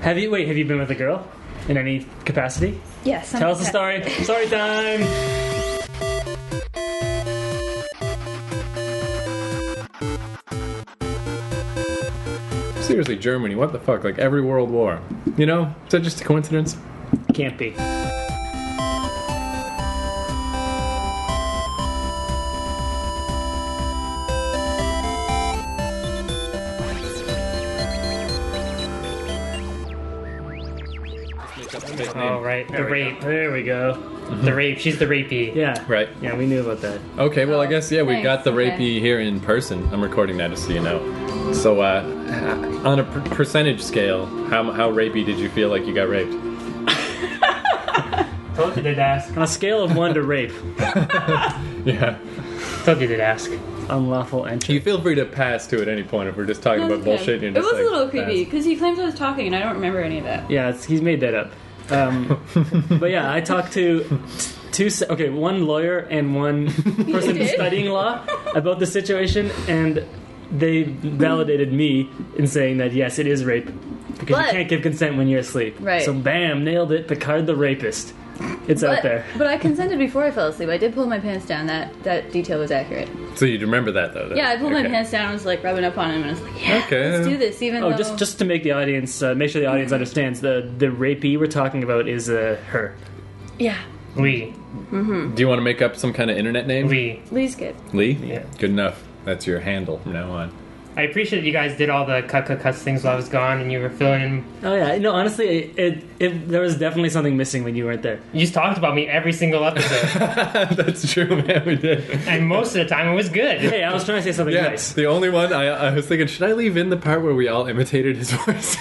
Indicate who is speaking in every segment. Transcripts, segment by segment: Speaker 1: Have you wait? Have you been with a girl in any capacity?
Speaker 2: Yes. I'm
Speaker 1: Tell us the
Speaker 2: okay.
Speaker 1: story. Story time.
Speaker 3: Seriously, Germany, what the fuck? Like every world war. You know? Is that just a coincidence?
Speaker 1: Can't be. Oh right, the rape. There we go. The rape. She's the rapey. Yeah.
Speaker 3: Right.
Speaker 1: Yeah, we knew about that.
Speaker 3: Okay, well, I guess, yeah, we
Speaker 2: Nice,
Speaker 3: got the
Speaker 2: okay.
Speaker 3: rapey here in person. I'm recording that just so you know. So, uh, on a per- percentage scale, how, how rapey did you feel like you got raped?
Speaker 1: Told you they'd ask. On a scale of one to rape,
Speaker 3: Yeah.
Speaker 1: told you they'd ask. Unlawful entry.
Speaker 3: You feel free to pass to at any point if we're just talking
Speaker 2: That was
Speaker 3: about bullshit.
Speaker 2: good.
Speaker 3: And
Speaker 2: It
Speaker 3: you're
Speaker 2: was
Speaker 3: just
Speaker 2: a little
Speaker 3: like,
Speaker 2: creepy because he claims I was talking and I don't remember any of that.
Speaker 1: Yeah, it's, he's made that up. Um, but yeah, I talked to t- two, se- okay, one lawyer and one person
Speaker 2: did?
Speaker 1: studying law about the situation, and they validated me in saying that yes, it is rape because
Speaker 2: But-
Speaker 1: you can't give consent when you're asleep.
Speaker 2: Right.
Speaker 1: So bam, nailed it. Picard the rapist. It's out
Speaker 2: But,
Speaker 1: there.
Speaker 2: but I consented before I fell asleep. I did pull my pants down. That that detail was accurate.
Speaker 3: fast. uh, So you remember that though? then?
Speaker 2: Yeah, I pulled my
Speaker 3: Okay.
Speaker 2: pants down. and was like rubbing up on him, and I was like, "Yeah,
Speaker 3: Okay.
Speaker 2: let's do this." Even
Speaker 1: Oh,
Speaker 2: though
Speaker 1: just just to make the audience uh, make sure the audience understands the the rapey we're talking about is uh, her.
Speaker 2: yeah,
Speaker 1: We
Speaker 3: Do you want to make up some kind of internet name?
Speaker 1: we.
Speaker 2: Lee's good.
Speaker 3: Lee?
Speaker 1: Yeah.
Speaker 3: Good enough. That's your handle from now on.
Speaker 4: I appreciate you guys did all the cut cut cuts things while I was gone, and you were filling in.
Speaker 1: Oh yeah, no. Honestly, it, it, it there was definitely something missing when you weren't there.
Speaker 4: You just talked about me every single episode,
Speaker 3: That's true, man. We did.
Speaker 4: and most of the time it was good.
Speaker 1: Hey, I was trying to say something
Speaker 3: Yeah,
Speaker 1: nice.
Speaker 3: the only one I, I was thinking, should I leave in the part where we all imitated his voice?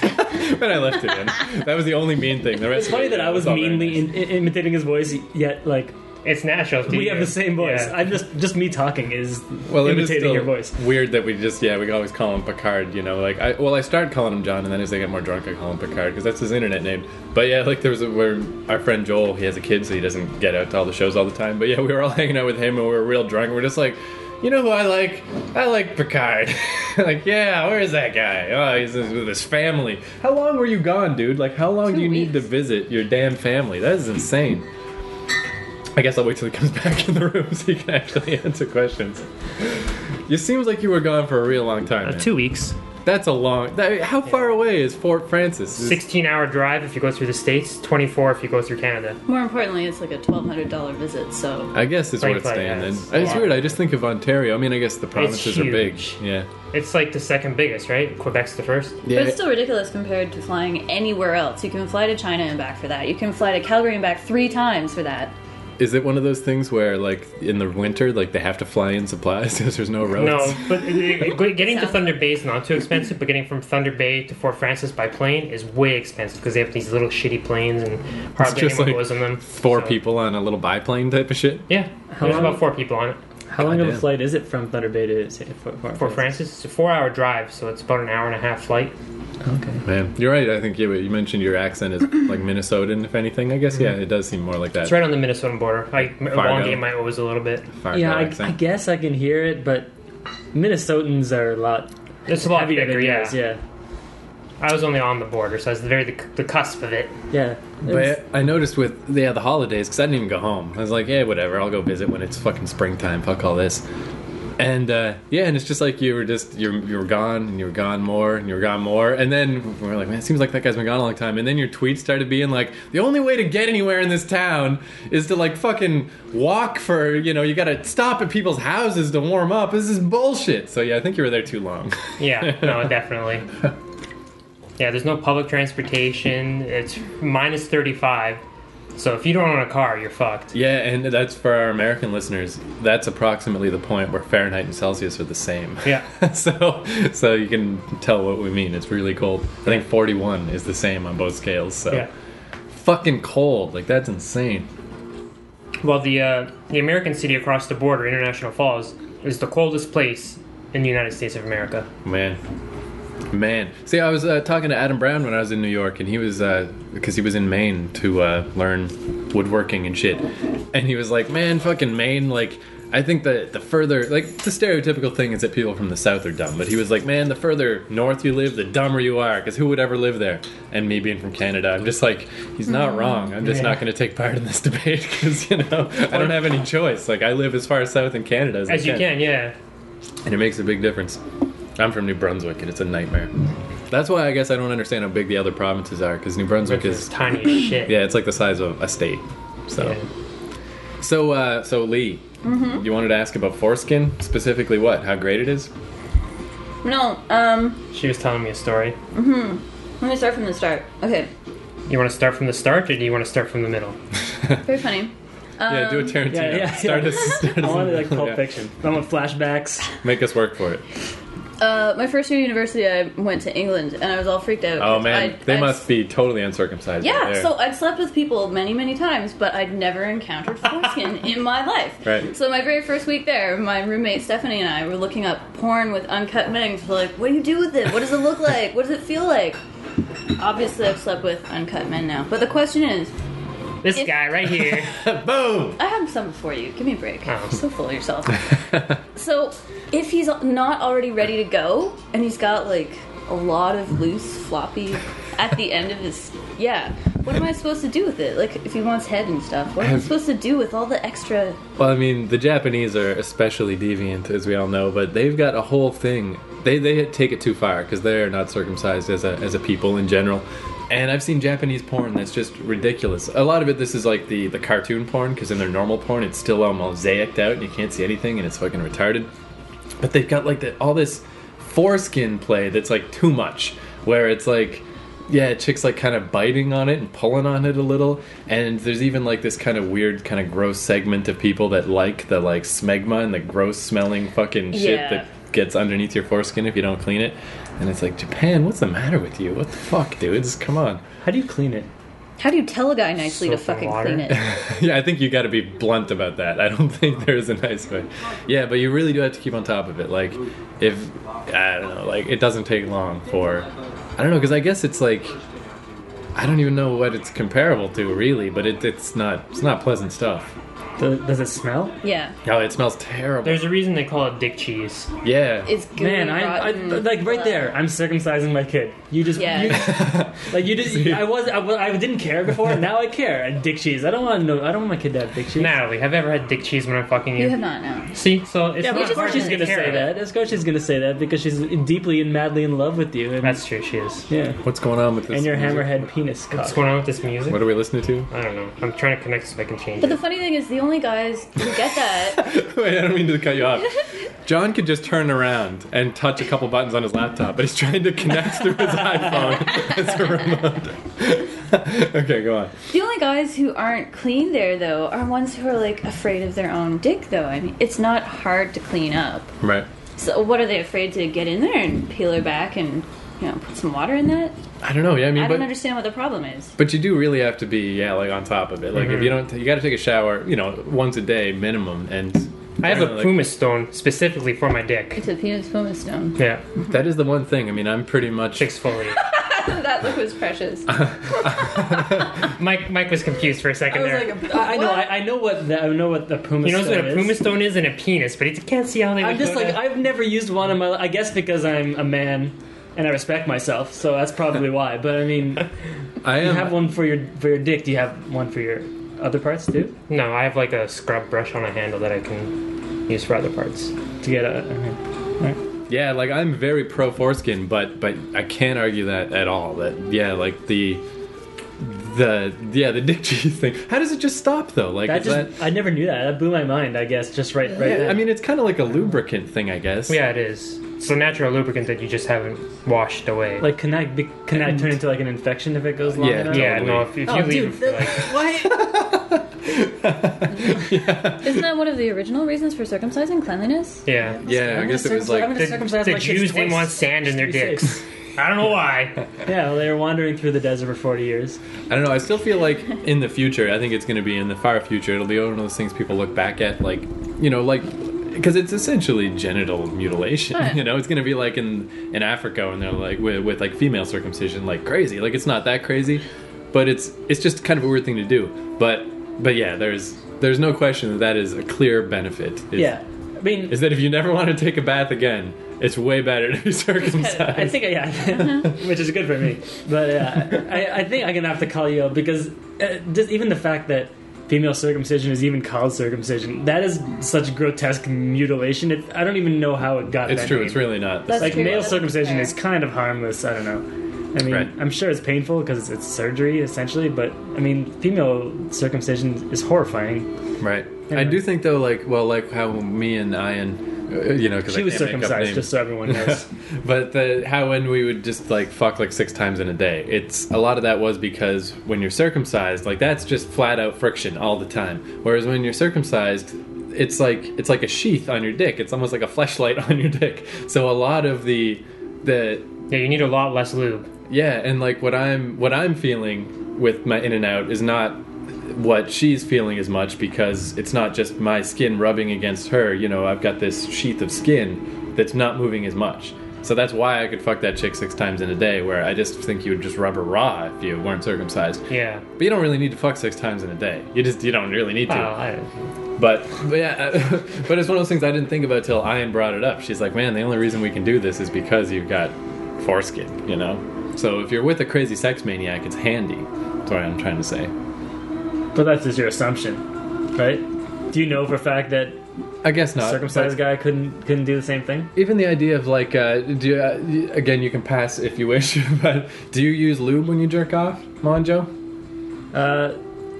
Speaker 3: but I left it in. That was the only mean thing. The rest
Speaker 1: It's funny
Speaker 3: of it
Speaker 1: that I was
Speaker 3: all very
Speaker 1: meanly
Speaker 3: nice.
Speaker 1: in, in- imitating his voice, yet like
Speaker 4: It's natural. to
Speaker 1: we
Speaker 4: you.
Speaker 1: have the same voice.
Speaker 4: Yeah.
Speaker 1: I'm just just me talking is
Speaker 3: well, it is
Speaker 1: imitating
Speaker 3: still
Speaker 1: your voice.
Speaker 3: Weird that we just yeah we always call him Picard. You know, like I well I started calling him John, and then as I get more drunk, I call him Picard because that's his internet name. But yeah, like there was a, where our friend Joel he has a kid, so he doesn't get out to all the shows all the time. But yeah, we were all hanging out with him, and we were real drunk. and We're just like. You know who I like? I like Picard. like, yeah, where is that guy? Oh, he's with his family. How long were you gone, dude? Like, how long
Speaker 2: Two
Speaker 3: do you need to
Speaker 2: weeks.
Speaker 3: visit your damn family? That is insane. I guess I'll wait till he comes back in the room so he can actually answer questions. It seems like you were gone for a real long time.
Speaker 4: Uh,
Speaker 3: man.
Speaker 4: two weeks,
Speaker 3: That's a long. That, how far away is Fort Francis? Is-
Speaker 4: sixteen hour drive if you go through the states, twenty four if you go through Canada.
Speaker 2: More importantly, it's like a twelve hundred dollar visit. So
Speaker 3: I guess is what it's staying. Then
Speaker 4: Franklin, yes.
Speaker 3: it's
Speaker 4: Yeah.
Speaker 3: weird. I just think of Ontario. I mean, I guess the provinces are big.
Speaker 4: huge.
Speaker 3: Yeah.
Speaker 4: It's like the second biggest, right? Quebec's the first.
Speaker 3: Yeah.
Speaker 2: But it's still ridiculous compared to flying anywhere else. You can fly to China and back for that. You can fly to Calgary and back three times for that.
Speaker 3: Is it one of those things where, like, in the winter, like they have to fly in supplies because there's no roads?
Speaker 4: No, but uh, uh, getting to
Speaker 2: Sounds-
Speaker 4: Thunder Bay is not too expensive, but getting from Thunder Bay to Fort Francis by plane is way expensive because they have these little shitty planes and hardly
Speaker 3: just
Speaker 4: anyone
Speaker 3: like
Speaker 4: goes on them.
Speaker 3: Four
Speaker 4: So-
Speaker 3: people on a little biplane type of shit.
Speaker 4: Yeah, there's
Speaker 1: long-
Speaker 4: about four people on it.
Speaker 1: How long of a
Speaker 3: Goddamn.
Speaker 1: flight is it from Thunder Bay to say, for, for,
Speaker 4: For Francis, it's a four hour drive, so it's about an hour and a half flight.
Speaker 1: Okay.
Speaker 3: Man, you're right. I think you, you mentioned your accent is like Minnesotan, if anything. I guess
Speaker 1: Mm-hmm.
Speaker 3: yeah, it does seem more like that.
Speaker 4: It's right on the Minnesota border. I m-
Speaker 3: Fargo.
Speaker 4: elongate my O's a little bit.
Speaker 3: Fargo
Speaker 1: Yeah, I,
Speaker 3: accent.
Speaker 1: I guess I can hear it, but Minnesotans are a lot
Speaker 4: It's a lot
Speaker 1: heavier
Speaker 4: bigger,
Speaker 1: than
Speaker 4: yeah.
Speaker 1: yours. Yeah,
Speaker 4: I was only on the border, so I was very the, the cusp of it.
Speaker 1: yeah. It's-
Speaker 3: But I noticed with yeah the holidays because I didn't even go home. I was like, yeah, whatever. I'll go visit when it's fucking springtime. Fuck all this. And uh, yeah, and it's just like you were just you're you were gone and you were gone more and you were gone more, and then we we're like, man, it seems like that guy's been gone a long time. And then your tweets started being like, the only way to get anywhere in this town is to like fucking walk for you know you got to stop at people's houses to warm up. This is bullshit. So yeah, I think you were there too long.
Speaker 4: Yeah, no, definitely. Yeah, there's no public transportation. It's minus 35. So if you don't own a car, you're fucked.
Speaker 3: Yeah, and that's for our American listeners. That's approximately the point where Fahrenheit and Celsius are the same.
Speaker 4: Yeah.
Speaker 3: so, so you can tell what we mean. It's really cold. I think 41 is the same on both scales. So,
Speaker 4: Yeah.
Speaker 3: fucking cold. Like that's insane.
Speaker 4: Well, the uh, the American city across the border, International Falls, is the coldest place in the United States of America.
Speaker 3: Man. Man. See, I was uh, talking to Adam Brown when I was in New York, and he was, because he was in uh, Maine to uh, learn woodworking and shit. And he was like, man, fucking Maine, like, I think that the further, like, the stereotypical thing is that people from the south are dumb. But he was like, man, the further north you live, the dumber you are, because who would ever live there? And me being from Canada, I'm just like, he's not wrong. I'm just
Speaker 4: Mm-hmm. Yeah.
Speaker 3: not going to take part in this debate because, you know, I don't have any choice. Like, I live as far south in Canada as, I
Speaker 4: As you can, yeah.
Speaker 3: and it makes a big difference. I'm from New Brunswick, and it's a nightmare. That's why I guess I don't understand how big the other provinces are, because New Brunswick
Speaker 4: Which is
Speaker 3: is
Speaker 4: tiny as shit.
Speaker 3: yeah, it's like the size of a state. So,
Speaker 4: Yeah.
Speaker 3: so, uh, so Lee,
Speaker 2: Mm-hmm.
Speaker 3: you wanted to ask about foreskin specifically? What? How great it is?
Speaker 2: No, um,
Speaker 4: She was telling me a story.
Speaker 2: let me start from the start. Okay,
Speaker 4: You want to start from the start, or do you want to start from the middle?
Speaker 2: very funny. Um,
Speaker 3: yeah, do a Tarantino.
Speaker 1: yeah, yeah.
Speaker 3: Start us. Start
Speaker 1: I
Speaker 3: us-
Speaker 1: wanted like Pulp
Speaker 3: yeah.
Speaker 1: Fiction. I want flashbacks.
Speaker 3: Make us work for it.
Speaker 2: Uh, my first year of university, I went to England, and I was all freaked out.
Speaker 3: Oh
Speaker 2: 'cause
Speaker 3: man,
Speaker 2: I'd-
Speaker 3: they
Speaker 2: I'd-
Speaker 3: must be totally uncircumcised.
Speaker 2: Yeah,
Speaker 3: out there.
Speaker 2: so I'd slept with people many, many times, but I'd never encountered foreskin in my life.
Speaker 3: Right.
Speaker 2: So my very first week there, my roommate Stephanie and I were looking up porn with uncut men. 'cause We're like, what do you do with it? What does it look like? What does it feel like? Obviously, I've slept with uncut men now. But the question is,
Speaker 4: This
Speaker 2: If-
Speaker 4: guy right here.
Speaker 3: boom.
Speaker 2: I have some before you. Give me a break.
Speaker 4: Oh.
Speaker 2: You're so full of yourself. so, if he's not already ready to go, and he's got like a lot of loose, floppy at the end of his, yeah. What am I supposed to do with it? Like, if he wants head and stuff, what am I
Speaker 3: Have-
Speaker 2: supposed to do with all the extra?
Speaker 3: Well, I mean, the Japanese are especially deviant, as we all know, but they've got a whole thing. They they take it too far because they're not circumcised as a as a people in general. And I've seen Japanese porn that's just ridiculous. A lot of it, this is like the the cartoon porn because in their normal porn, it's still all mosaiced out and you can't see anything and it's fucking retarded. But they've got like the, all this foreskin play that's like too much, where it's like, yeah, chicks like kind of biting on it and pulling on it a little, and there's even like this kind of weird, kind of gross segment of people that like the like smegma and the gross smelling fucking shit
Speaker 2: Yeah.
Speaker 3: that gets underneath your foreskin if you don't clean it. And it's like Japan, what's the matter with you? What the fuck, dudes? Come on.
Speaker 1: How do you clean it?
Speaker 2: How do you tell a guy nicely to
Speaker 4: Soap and
Speaker 2: fucking
Speaker 4: water.
Speaker 2: clean it?
Speaker 3: yeah, I think you got to be blunt about that. I don't think there is a nice way. Yeah, but you really do have to keep on top of it. Like, if I don't know, like it doesn't take long for, I don't know, because I guess it's like, I don't even know what it's comparable to really, but it, it's not it's not pleasant stuff.
Speaker 1: Does, does it smell?
Speaker 2: Yeah,
Speaker 3: Oh, it smells terrible.
Speaker 4: There's a reason they call it dick cheese.
Speaker 3: yeah,
Speaker 2: it's gooey,
Speaker 1: Man, I, I
Speaker 2: rotten,
Speaker 1: like right there. I'm circumcising my kid. You just
Speaker 2: Yeah.
Speaker 1: you, like you did. I was I, wa- I didn't care before. Now I care. And dick cheese. I don't want to know. I don't want my kid to have dick cheese.
Speaker 4: Natalie, have you ever had dick cheese when I'm fucking you?
Speaker 2: You have not known.
Speaker 4: See, so it's
Speaker 1: Yeah,
Speaker 4: not
Speaker 1: but of
Speaker 4: hard
Speaker 1: course she's
Speaker 4: to
Speaker 1: gonna
Speaker 4: take care
Speaker 1: say
Speaker 4: of.
Speaker 1: that. Of course she's gonna say that because she's deeply and madly in love with you. And,
Speaker 4: That's true. She is.
Speaker 1: yeah.
Speaker 3: what's going on with this?
Speaker 1: And your
Speaker 3: music?
Speaker 1: hammerhead penis
Speaker 4: What's
Speaker 1: cock.
Speaker 4: going on with this music?
Speaker 3: What are we listening to?
Speaker 4: I don't know. I'm trying to connect so I can change
Speaker 2: But
Speaker 4: it.
Speaker 2: the funny thing is, the only guys who get that,
Speaker 3: Wait, I don't mean to cut you off. John could just turn around and touch a couple buttons on his laptop, but he's trying to connect through his iPhone as a remote. okay, go on.
Speaker 2: the only guys who aren't clean there though, are ones who are like afraid of their own dick. Though I mean, it's not hard to clean up.
Speaker 3: Right.
Speaker 2: So what are they afraid to get in there and peel her back and you know put some water in that?
Speaker 3: I don't know. Yeah, I mean,
Speaker 2: I
Speaker 3: but
Speaker 2: don't understand what the problem is.
Speaker 3: but you do really have to be yeah, like on top of it. Like if you don't, you got to take a shower, you know, once a day minimum. And
Speaker 4: I have
Speaker 3: don't know,
Speaker 4: a
Speaker 3: like-
Speaker 4: pumice stone specifically for my dick.
Speaker 2: It's a penis pumice stone.
Speaker 4: Yeah,
Speaker 3: that is the one thing. I mean, I'm pretty much.
Speaker 4: chicks fully.
Speaker 2: that look was precious.
Speaker 4: Mike, Mike was confused for a
Speaker 1: I
Speaker 4: second
Speaker 1: was
Speaker 4: there.
Speaker 1: like, I, I know, I, I know what the, I know what the pumice.
Speaker 4: he knows what
Speaker 1: stone
Speaker 4: a
Speaker 1: is.
Speaker 4: pumice stone is and a penis, but he can't see how they.
Speaker 1: I'm
Speaker 4: would
Speaker 1: just
Speaker 4: go
Speaker 1: like
Speaker 4: to-
Speaker 1: I've never used one in my. I guess because I'm a man and I respect myself, so that's probably why. But I mean,
Speaker 3: I
Speaker 1: you
Speaker 3: am.
Speaker 1: have one for your for your dick. Do you have one for your other parts too?
Speaker 4: no, I have like a scrub brush on a handle that I can use for other parts.
Speaker 1: To get a. okay.
Speaker 3: Yeah, like I'm very pro foreskin, but but I can't argue that at all. That yeah, like the the yeah the dick cheese thing. How does it just stop though? Like
Speaker 1: That
Speaker 3: is
Speaker 1: just I never knew that. That blew my mind. I guess just right right.
Speaker 3: that,
Speaker 1: there.
Speaker 3: I mean, it's kind of like a lubricant thing, I guess.
Speaker 4: Yeah, it is. It's a natural lubricant that you just haven't washed away.
Speaker 1: like can that be, can that turn into like an infection if it goes long
Speaker 3: Yeah.
Speaker 1: enough?
Speaker 4: yeah,
Speaker 3: totally.
Speaker 4: no, if, if
Speaker 1: Oh,
Speaker 4: you leave
Speaker 1: dude,
Speaker 4: it for,
Speaker 1: the-
Speaker 4: like
Speaker 1: why?
Speaker 2: Isn't that one of the original reasons for circumcising cleanliness?
Speaker 4: yeah.
Speaker 3: Yeah, I guess it was
Speaker 1: I'm
Speaker 3: like
Speaker 1: gonna
Speaker 4: The-
Speaker 1: circumcise
Speaker 4: the
Speaker 1: my kids
Speaker 4: Jews didn't
Speaker 1: twice
Speaker 4: want sand in their
Speaker 1: just to be
Speaker 4: dicks.
Speaker 1: safe.
Speaker 4: I don't know why.
Speaker 1: Yeah, well, they were wandering through the desert for 40 years.
Speaker 3: I don't know. I still feel like in the future, I think it's going to be in the far future. It'll be one of those things people look back at, like you know, like because it's essentially genital mutilation.
Speaker 2: Right.
Speaker 3: You know, it's going to be like in in Africa, and they're like with, with like female circumcision, like crazy. Like it's not that crazy, but it's it's just kind of a weird thing to do. But but yeah, there's there's no question that that is a clear benefit. Is,
Speaker 1: yeah. I mean,
Speaker 3: Is that if you never want to take a bath again, it's way better to be circumcised.
Speaker 1: I think yeah, which is good for me. But yeah, I, I think I'm gonna have to call you out because uh, just even the fact that female circumcision is even called circumcision, that is such grotesque mutilation. It, I don't even know how it got.
Speaker 3: it's
Speaker 1: that
Speaker 3: true.
Speaker 1: name.
Speaker 3: It's really not.
Speaker 2: That's
Speaker 1: like
Speaker 2: true.
Speaker 1: male
Speaker 2: That's
Speaker 1: circumcision
Speaker 2: fair.
Speaker 1: is kind of harmless. I don't know. I mean,
Speaker 3: Right.
Speaker 1: I'm sure it's painful because it's surgery essentially, but I mean, female circumcision is horrifying.
Speaker 3: Right.
Speaker 1: Yeah.
Speaker 3: I do think though, like, well, like how me and Ian, uh, you know, because
Speaker 1: She
Speaker 3: I
Speaker 1: was
Speaker 3: can't make up
Speaker 1: circumcised,
Speaker 3: names.
Speaker 1: just so everyone knows.
Speaker 3: but the, how when we would just like fuck like six times in a day. It's a lot of that was because when you're circumcised, like that's just flat out friction all the time. Whereas when you're circumcised, it's like it's like a sheath on your dick. It's almost like a fleshlight on your dick. So a lot of the the
Speaker 4: Yeah, you need a lot less lube.
Speaker 3: yeah, and like what I'm what I'm feeling with my in and out is not what she's feeling as much because it's not just my skin rubbing against her. You know, I've got this sheath of skin that's not moving as much. So that's why I could fuck that chick six times in a day, where I just think you would just rub her raw if you weren't circumcised.
Speaker 4: Yeah.
Speaker 3: But you don't really need to fuck six times in a day. You just you don't really need to.
Speaker 4: Wow, I don't-
Speaker 3: But, but yeah, but it's one of those things I didn't think about till Ian brought it up. She's like, man, the only reason we can do this is because you've got foreskin, you know? So if you're with a crazy sex maniac, it's handy. That's what I'm trying to say.
Speaker 1: but that's just your assumption, right? Do you know for a fact that
Speaker 3: Uh, I guess not.
Speaker 1: circumcised
Speaker 3: but
Speaker 1: guy couldn't couldn't do the same thing?
Speaker 3: Even the idea of like, uh, do you, uh, y- again, you can pass if you wish, but do you use lube when you jerk off, Monjo?
Speaker 1: Uh,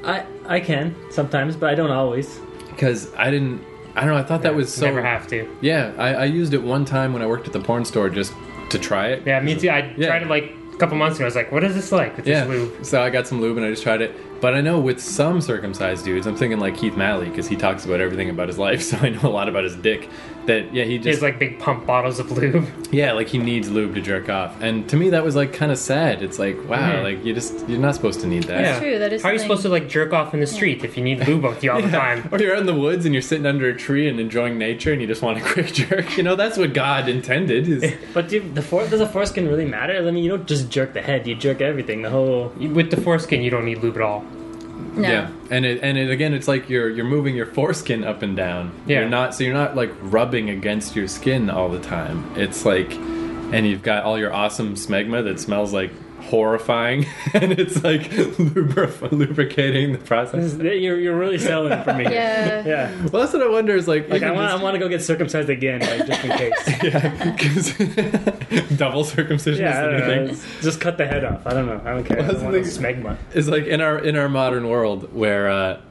Speaker 1: I I can sometimes, but I don't always.
Speaker 3: Because I didn't, I don't know, I thought that was so.
Speaker 4: never have to.
Speaker 3: Yeah, I, I used it one time when I worked at the porn store just to try it.
Speaker 4: Yeah, me too. I
Speaker 3: Yeah.
Speaker 4: tried it like a couple months ago. I was like, what is this like with
Speaker 3: Yeah.
Speaker 4: this lube?
Speaker 3: So I got some lube and I just tried it. But I know with some circumcised dudes, I'm thinking like Keith Malley because he talks about everything about his life, so I know a lot about his dick. That yeah, he
Speaker 4: It's
Speaker 3: just
Speaker 4: like big pump bottles of lube.
Speaker 3: yeah, like he needs lube to jerk off. And to me, that was like kind of sad. It's like wow,
Speaker 4: Mhm.
Speaker 3: like you just you're not supposed to need that.
Speaker 2: Yeah. true, that is
Speaker 4: How are you
Speaker 2: something-
Speaker 4: supposed to like jerk off in the street if you need lube with you all the time?
Speaker 3: Or you're out in the woods and you're sitting under a tree and enjoying nature and you just want a quick jerk. You know, that's what God intended. Is
Speaker 1: But do the fore, does the foreskin really matter? I mean, you don't just jerk the head; you jerk everything. The whole
Speaker 4: You- With the foreskin, you don't need lube at all.
Speaker 2: No.
Speaker 3: Yeah, and it and it again, it's like you're you're moving your foreskin up and down.
Speaker 4: Yeah.
Speaker 3: you're not so you're not like rubbing against your skin all the time. It's like, and you've got all your awesome smegma that smells like horrifying, and it's like lubrif- lubricating the process.
Speaker 1: you're you're really selling it for me.
Speaker 2: Yeah.
Speaker 1: yeah.
Speaker 3: Well, that's what I wonder is like,
Speaker 1: Like I want I want to go get circumcised again, like just in case.
Speaker 3: because double circumcision
Speaker 1: Yeah, I
Speaker 3: is
Speaker 1: don't
Speaker 3: the
Speaker 1: know.
Speaker 3: new thing.
Speaker 1: It's- Just cut the head off. I don't know. I don't care. I
Speaker 3: Well,
Speaker 1: don't want
Speaker 3: that's the
Speaker 1: no smegma.
Speaker 3: It's like in our in our modern world where uh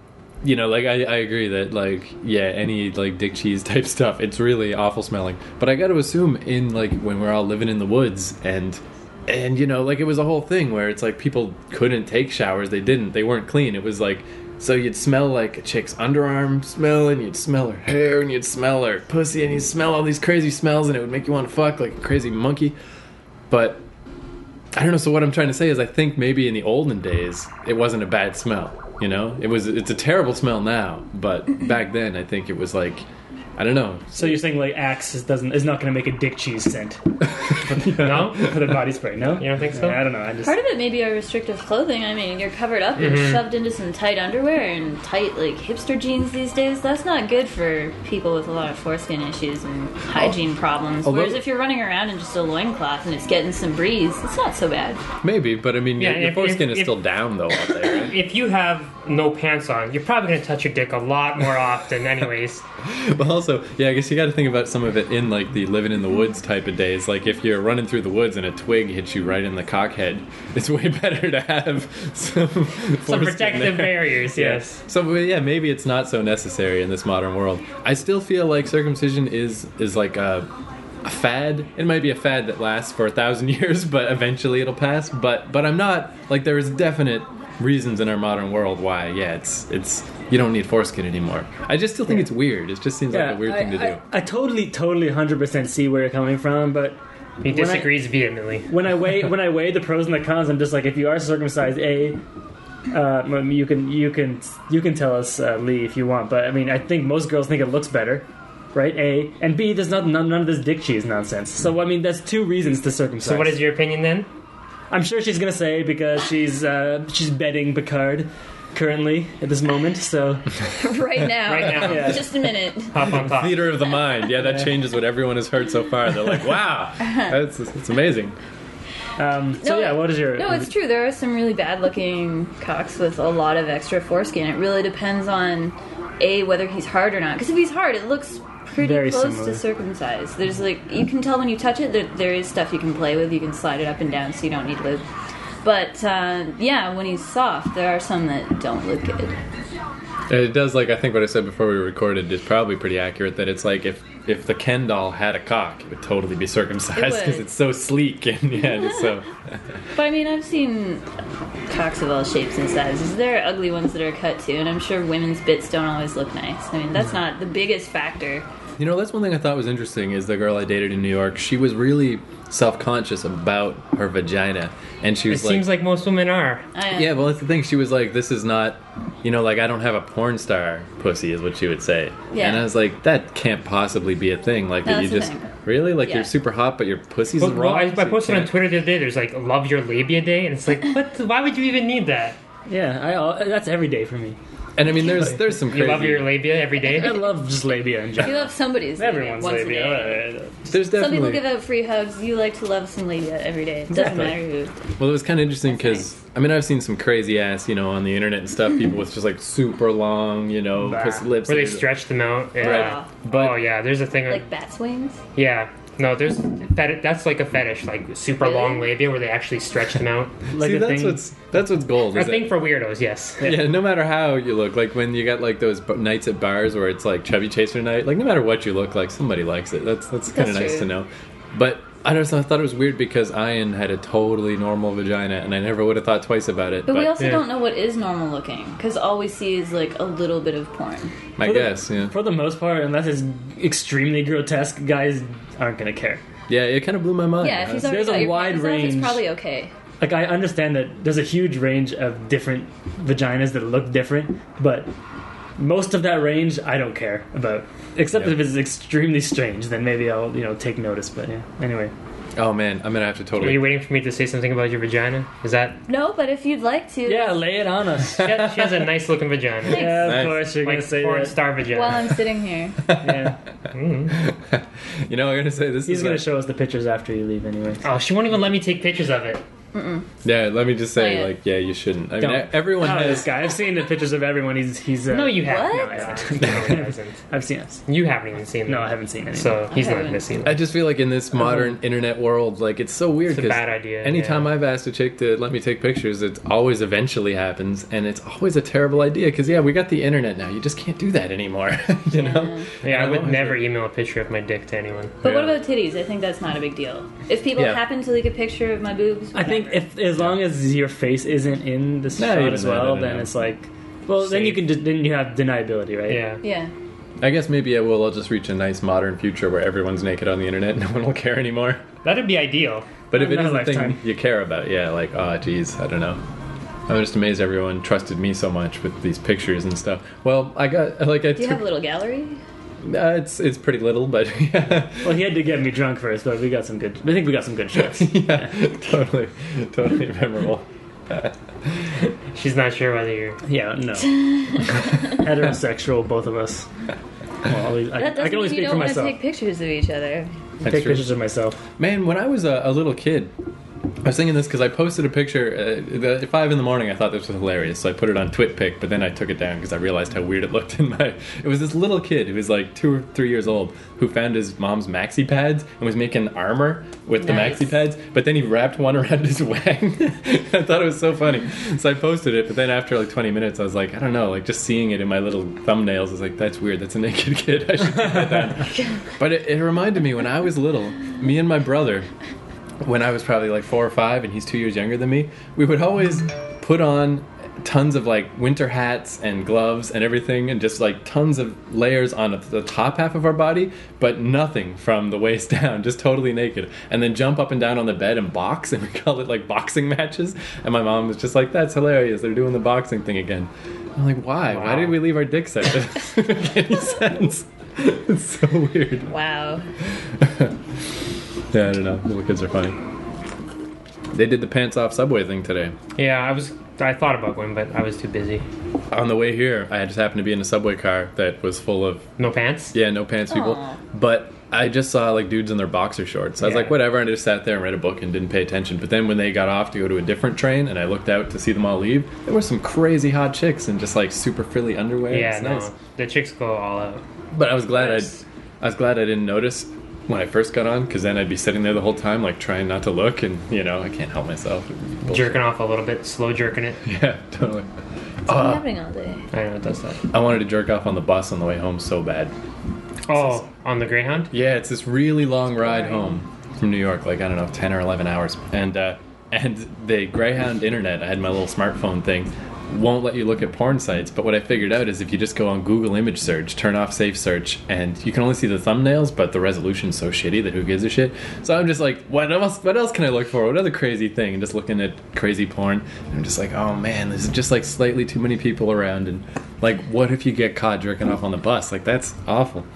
Speaker 3: you know like I, I agree that like yeah any like dick cheese type stuff it's really awful smelling but i got to assume in like when we're all living in the woods and and you know like it was a whole thing where it's like people couldn't take showers they didn't they weren't clean it was like so you'd smell like a chick's underarm smell and you'd smell her hair and you'd smell her pussy and you'd smell all these crazy smells and it would make you want to fuck like a crazy monkey but I don't know. So what I'm trying to say is, I think maybe in the olden days it wasn't a bad smell. You know, it was. It's a terrible smell now, but back then I think it was like, I don't know.
Speaker 1: So you're saying like axe is, doesn't is not going to make a dick cheese scent
Speaker 4: No?
Speaker 1: for the body spray? No,
Speaker 4: You don't think so?
Speaker 1: I don't know. I just
Speaker 2: Part of it may be our restrictive clothing. I mean, you're covered up and
Speaker 3: Mm-hmm.
Speaker 2: shoved into some tight underwear and tight, like, hipster jeans these days. That's not good for people with a lot of foreskin issues and hygiene
Speaker 3: Oh.
Speaker 2: problems.
Speaker 3: although-
Speaker 2: Whereas if you're running around in just a loincloth and it's getting some breeze, it's not so bad.
Speaker 3: Maybe, but I mean,
Speaker 4: Yeah,
Speaker 3: your, your
Speaker 4: if-
Speaker 3: foreskin
Speaker 4: if-
Speaker 3: is
Speaker 4: if-
Speaker 3: still down though out there. right?
Speaker 4: If you have no pants on, you're probably going to touch your dick a lot more often, anyways.
Speaker 3: well, also, yeah, I guess you got to think about some of it in like the living in the woods type of days. Like if you're running through the woods and a twig hits you right in the cockhead, it's way better to have some
Speaker 4: Some
Speaker 3: foreskin
Speaker 4: protective
Speaker 3: there.
Speaker 4: barriers, yes.
Speaker 3: So but yeah, maybe it's not so necessary in this modern world. I still feel like circumcision is is like a, a fad. It might be a fad that lasts for a thousand years, but eventually it'll pass. But but I'm not like there is definite reasons in our modern world why yeah it's it's you don't need foreskin anymore. I just still think it's weird. It just seems like a weird
Speaker 1: I,
Speaker 3: thing to do.
Speaker 1: I, I totally, totally, hundred percent see where you're coming from, but
Speaker 4: He
Speaker 1: When I-
Speaker 4: disagrees vehemently.
Speaker 1: when I weigh when I weigh the pros and the cons, I'm just like, if you are circumcised, a uh, m- you can you can you can tell us uh, Lee if you want, but I mean, I think most girls think it looks better, right? A and B, there's not none, none of this dick cheese nonsense. So I mean, that's two reasons to circumcise.
Speaker 4: So, what is your opinion then?
Speaker 1: I'm sure she's gonna say because she's uh, she's betting Picard currently at this moment. So
Speaker 2: right now.
Speaker 4: Right now.
Speaker 1: Yeah.
Speaker 2: Just a minute.
Speaker 4: Hop on top.
Speaker 3: Theater of the mind. Yeah, that changes what everyone has heard so far. They're like, wow, that's, that's amazing.
Speaker 1: um, so
Speaker 2: No,
Speaker 1: yeah, what is your
Speaker 2: No, it's true. There are some really bad looking cocks with a lot of extra foreskin. It really depends on A, whether he's hard or not. Because if he's hard, it looks pretty
Speaker 1: Very
Speaker 2: close
Speaker 1: similar.
Speaker 2: to circumcised. There's like, you can tell when you touch it that there is stuff you can play with. You can slide it up and down so you don't need lube. But uh, yeah, when he's soft, there are some that don't look good.
Speaker 3: And It does like I think what I said before we recorded is probably pretty accurate. That it's like if if the Ken doll had a cock, it would totally be circumcised
Speaker 2: It
Speaker 3: because
Speaker 2: would.
Speaker 3: it's so sleek and yeah, it's so
Speaker 2: But I mean, I've seen cocks of all shapes and sizes. There are ugly ones that are cut too, and I'm sure women's bits don't always look nice. I mean, that's not the biggest factor.
Speaker 3: You know, that's one thing I thought was interesting is the girl I dated in New York. She was really self conscious about her vagina, and she
Speaker 4: It
Speaker 3: was like,
Speaker 4: seems like most women are.
Speaker 2: I,
Speaker 3: "Yeah, well, that's the thing." She was like, "This is not, you know, like I don't have a porn star pussy," is what she would say.
Speaker 2: Yeah.
Speaker 3: And I was like, "that can't possibly be a thing. Like
Speaker 2: No,
Speaker 3: that you
Speaker 2: that's
Speaker 3: just
Speaker 2: a thing.
Speaker 3: really like
Speaker 2: Yeah.
Speaker 3: you're super hot, but your pussy's
Speaker 4: Well,
Speaker 3: wrong."
Speaker 4: well, I, I
Speaker 3: so you
Speaker 4: posted on
Speaker 3: can't-
Speaker 4: Twitter the other day. There's like love your labia day, and it's like, what? Why would you even need that?
Speaker 1: yeah. I al- that's every day for me.
Speaker 3: and I mean, there's there's some
Speaker 4: You
Speaker 3: crazy.
Speaker 4: love your labia every
Speaker 1: I
Speaker 4: day.
Speaker 1: love just labia in
Speaker 2: You
Speaker 1: general.
Speaker 2: love somebody's labia
Speaker 4: Everyone's
Speaker 2: once
Speaker 4: labia.
Speaker 2: a day.
Speaker 4: Uh,
Speaker 3: there's
Speaker 2: Some
Speaker 3: definitely
Speaker 2: people give out free hugs. You like to love some labia every day. It doesn't
Speaker 1: Exactly.
Speaker 2: matter who.
Speaker 3: Well, it was kind of interesting because I mean I've seen some crazy ass you know on the internet and stuff people with just like super long you know
Speaker 1: Bah.
Speaker 3: pussy lips
Speaker 4: Where they
Speaker 3: and-
Speaker 4: stretch them out. Yeah.
Speaker 3: Right.
Speaker 4: But
Speaker 3: But-
Speaker 4: oh yeah, there's a thing.
Speaker 2: Like bat's wings.
Speaker 4: yeah. No, there's fet- that's like a fetish, like super
Speaker 2: Really?
Speaker 4: long labia where they actually stretch them out.
Speaker 1: Like
Speaker 3: See,
Speaker 1: a
Speaker 3: that's
Speaker 1: thing-
Speaker 3: what's that's what's gold.
Speaker 4: a
Speaker 3: Is
Speaker 4: thing
Speaker 3: that,
Speaker 4: for weirdos, yes.
Speaker 3: yeah, no matter how you look, like when you got like those b- nights at bars where it's like chubby chaser night, like no matter what you look like, somebody likes it. That's that's kind of
Speaker 2: That's
Speaker 3: nice
Speaker 2: true.
Speaker 3: to know. But I just I thought it was weird because Ian had a totally normal vagina, and I never would have thought twice about it.
Speaker 2: But,
Speaker 3: But,
Speaker 2: we also
Speaker 4: yeah.
Speaker 2: don't know what is normal looking because all we see is like a little bit of porn.
Speaker 3: my
Speaker 1: For the-
Speaker 3: guess, yeah,
Speaker 1: For the most part, unless it's extremely grotesque, guys aren't gonna care.
Speaker 3: yeah, it kind of blew my mind.
Speaker 2: Yeah, if he's already
Speaker 3: I-
Speaker 1: Oh, There's a
Speaker 2: got your
Speaker 1: wide
Speaker 2: panties off, it's
Speaker 1: range.
Speaker 2: probably okay.
Speaker 1: Like I understand that there's a huge range of different vaginas that look different, but most of that range I don't care about. Except
Speaker 3: Yeah.
Speaker 1: if it's extremely strange, then maybe I'll you know take notice. But yeah, anyway,
Speaker 3: oh man, I'm gonna have to
Speaker 4: Are
Speaker 3: totally
Speaker 4: you waiting for me to say something about your vagina? Is that
Speaker 2: No, but if you'd like to,
Speaker 1: yeah, lay it on us.
Speaker 4: she has, she has a nice looking vagina,
Speaker 2: Thanks.
Speaker 1: yeah, of
Speaker 3: Nice.
Speaker 1: course you're
Speaker 4: like
Speaker 1: gonna say
Speaker 4: porn
Speaker 1: that.
Speaker 4: star vagina.
Speaker 2: while I'm sitting here,
Speaker 1: Yeah.
Speaker 3: you know, I'm gonna say this
Speaker 1: He's
Speaker 3: is
Speaker 1: gonna
Speaker 3: a-
Speaker 1: show us the pictures after you leave, anyway.
Speaker 4: oh, she won't even let me take pictures of it.
Speaker 3: Yeah, let me just say,
Speaker 2: Play it.
Speaker 3: like, yeah, you shouldn't. I mean,
Speaker 1: Don't.
Speaker 3: e- everyone
Speaker 1: Oh, this
Speaker 3: has.
Speaker 1: guy. I've seen the pictures of everyone. He's he's. Uh,
Speaker 4: No, you haven't.
Speaker 2: What?
Speaker 4: No, I haven't. No, I haven't.
Speaker 1: I've seen us.
Speaker 4: You haven't even seen it.
Speaker 1: No, I haven't seen any.
Speaker 4: So he's
Speaker 2: I
Speaker 4: not
Speaker 2: haven't.
Speaker 4: gonna see it.
Speaker 3: I just feel like in
Speaker 1: Uh-huh.
Speaker 3: this modern internet world, like it's so weird
Speaker 4: It's a bad idea,
Speaker 3: Anytime
Speaker 4: yeah.
Speaker 3: I've asked a chick to let me take pictures, it always eventually happens, and it's always a terrible idea because yeah, we got the internet now. You just can't do that anymore. you know?
Speaker 4: Yeah, I
Speaker 3: I've
Speaker 4: would
Speaker 3: always-
Speaker 4: never email a picture of my dick to anyone.
Speaker 2: but what
Speaker 3: Yeah.
Speaker 2: about titties? I think that's not a big deal. If people
Speaker 3: Yeah.
Speaker 2: happen to leak a picture of my boobs,
Speaker 1: I think
Speaker 2: whatever.
Speaker 1: if as long as your face isn't in the
Speaker 3: No,
Speaker 1: shot
Speaker 3: even
Speaker 1: as
Speaker 3: then, I
Speaker 1: well,
Speaker 3: don't
Speaker 1: then
Speaker 3: know.
Speaker 1: it's like, well, then you
Speaker 4: Safe.
Speaker 1: can just, then you have deniability, right?
Speaker 4: Yeah.
Speaker 2: yeah,
Speaker 3: I guess maybe I will. I'll just reach a nice modern future where everyone's naked on the internet, and no one will care anymore.
Speaker 4: That'd be ideal.
Speaker 3: But if it is
Speaker 1: Another
Speaker 3: a thing
Speaker 1: lifetime.
Speaker 3: you care about, yeah, like, oh, geez, I don't know. I'm just amazed everyone trusted me so much with these pictures and stuff. Well, I got like I
Speaker 2: do you
Speaker 3: took
Speaker 2: have a little gallery?
Speaker 3: Uh, it's it's pretty little, but yeah,
Speaker 1: Well, he had to get me drunk first, but we got some good. I think we got some good shots.
Speaker 3: yeah, totally, totally memorable.
Speaker 4: She's not sure whether you're.
Speaker 1: yeah, no. Heterosexual, both of us. Well, at least- I,
Speaker 2: That doesn't
Speaker 1: I can only
Speaker 2: mean
Speaker 1: speak
Speaker 2: you don't
Speaker 1: for
Speaker 2: want
Speaker 1: myself.
Speaker 2: to take pictures of each other.
Speaker 3: That's
Speaker 1: Take
Speaker 3: true.
Speaker 1: pictures of myself.
Speaker 3: Man, when I was a, a little kid, I was thinking this because I posted a picture uh, the- at five in the morning. I thought this was hilarious, so I put it on TwitPic, but then I took it down because I realized how weird it looked. In my, it was this little kid who was like two or three years old who found his mom's maxi pads and was making armor with the
Speaker 2: Nice.
Speaker 3: maxi pads, but then he wrapped one around his wang. I thought it was so funny, so I posted it. But then after like twenty minutes, I was like, I don't know, like just seeing it in my little thumbnails is like that's weird. That's a naked kid. I should put that down. But it, it reminded me when I was little, me and my brother, when I was probably like four or five, and he's two years younger than me, we would always put on tons of like winter hats and gloves and everything, and just like tons of layers on the top half of our body, but nothing from the waist down, just totally naked. And then jump up and down on the bed and box, and we call it like boxing matches. And my mom was just like, that's hilarious. They're doing the boxing thing again. I'm like, why? Why
Speaker 4: Wow.
Speaker 3: did we leave our dicks out? That doesn't make any sense. It's so weird.
Speaker 2: Wow.
Speaker 3: Yeah, I don't know. Little kids are funny. They did the pants off subway thing today.
Speaker 4: Yeah, I was. I thought about going, but I was too busy.
Speaker 3: On the way here, I just happened to be in a subway car that was full of
Speaker 4: No pants.
Speaker 3: yeah, no pants people.
Speaker 2: Aw.
Speaker 3: But I just saw like dudes in their boxer shorts. I was
Speaker 4: Yeah.
Speaker 3: like, whatever, and I just sat there and read a book and didn't pay attention. But then when they got off to go to a different train, and I looked out to see them all leave, there were some crazy hot chicks in just like super frilly underwear.
Speaker 4: Yeah,
Speaker 3: It's
Speaker 4: no,
Speaker 3: nice.
Speaker 4: the chicks go all out.
Speaker 3: But I was glad
Speaker 4: Nice.
Speaker 3: I, I was glad I didn't notice when I first got on, because then I'd be sitting there the whole time, like trying not to look, and you know, I can't help myself. Bullshit.
Speaker 4: Jerking off a little bit, slow jerking it.
Speaker 3: Yeah, totally.
Speaker 2: What's been happening all day?
Speaker 4: I know it does that.
Speaker 3: I wanted to jerk off on the bus on the way home so bad.
Speaker 4: Oh, on the Greyhound.
Speaker 3: Yeah, it's this really long ride
Speaker 2: boring.
Speaker 3: home from New York, like I don't know, ten or eleven hours, and uh, and the Greyhound internet. I had my little smartphone thing. Won't let you look at porn sites, but what I figured out is if you just go on Google image search, turn off safe search, and you can only see the thumbnails, but the resolution's so shitty that who gives a shit. So I'm just like, what else? What else can I look for? What other crazy thing? And just looking at crazy porn, and I'm just like, oh man, there's just like slightly too many people around, and like, what if you get caught jerking off on the bus? Like that's awful.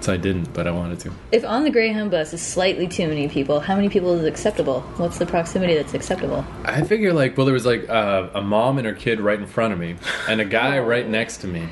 Speaker 3: So I didn't, but I wanted to.
Speaker 2: If on the Greyhound bus is slightly too many people, how many people is acceptable? What's the proximity that's acceptable?
Speaker 3: I figure like well there was like uh, a mom and her kid right in front of me and a guy right next to me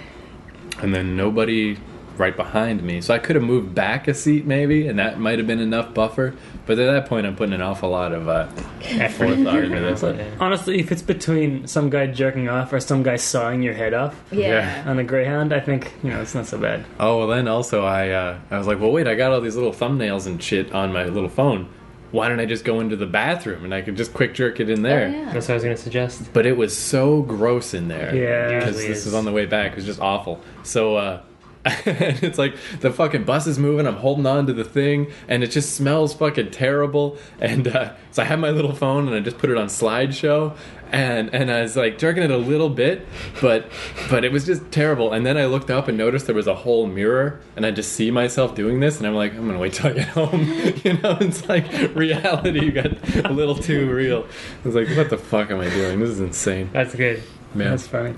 Speaker 3: and then nobody right behind me so I could have moved back a seat maybe and that might have been enough buffer but at that point I'm putting an awful lot of uh,
Speaker 4: Effort.
Speaker 3: forethought into this
Speaker 4: Yeah.
Speaker 1: Honestly, if it's between some guy jerking off or some guy sawing your head off
Speaker 3: Yeah.
Speaker 1: on a Greyhound, I think you know it's not so bad.
Speaker 3: oh well then also I uh, I was like well wait I got all these little thumbnails and shit on my little phone why don't I just go into the bathroom and I could just quick jerk it in
Speaker 2: Oh,
Speaker 3: there
Speaker 2: yeah.
Speaker 4: That's what I was gonna suggest.
Speaker 3: But it was so gross in there.
Speaker 1: Yeah.
Speaker 3: Because
Speaker 4: Usually
Speaker 3: this
Speaker 4: is.
Speaker 3: is on the way back. It was just awful. So, uh, it's like the fucking bus is moving. I'm holding on to the thing, and it just smells fucking terrible. And uh, so I have my little phone, and I just put it on slideshow, and and I was like jerking it a little bit, but but it was just terrible. And then I looked up and noticed there was a whole mirror, and I just see myself doing this, and I'm like, I'm gonna wait till I get home. you know, it's like reality got a little too real. I was like, what the fuck am I doing? This is insane.
Speaker 4: That's good.
Speaker 3: Man,
Speaker 1: That's funny.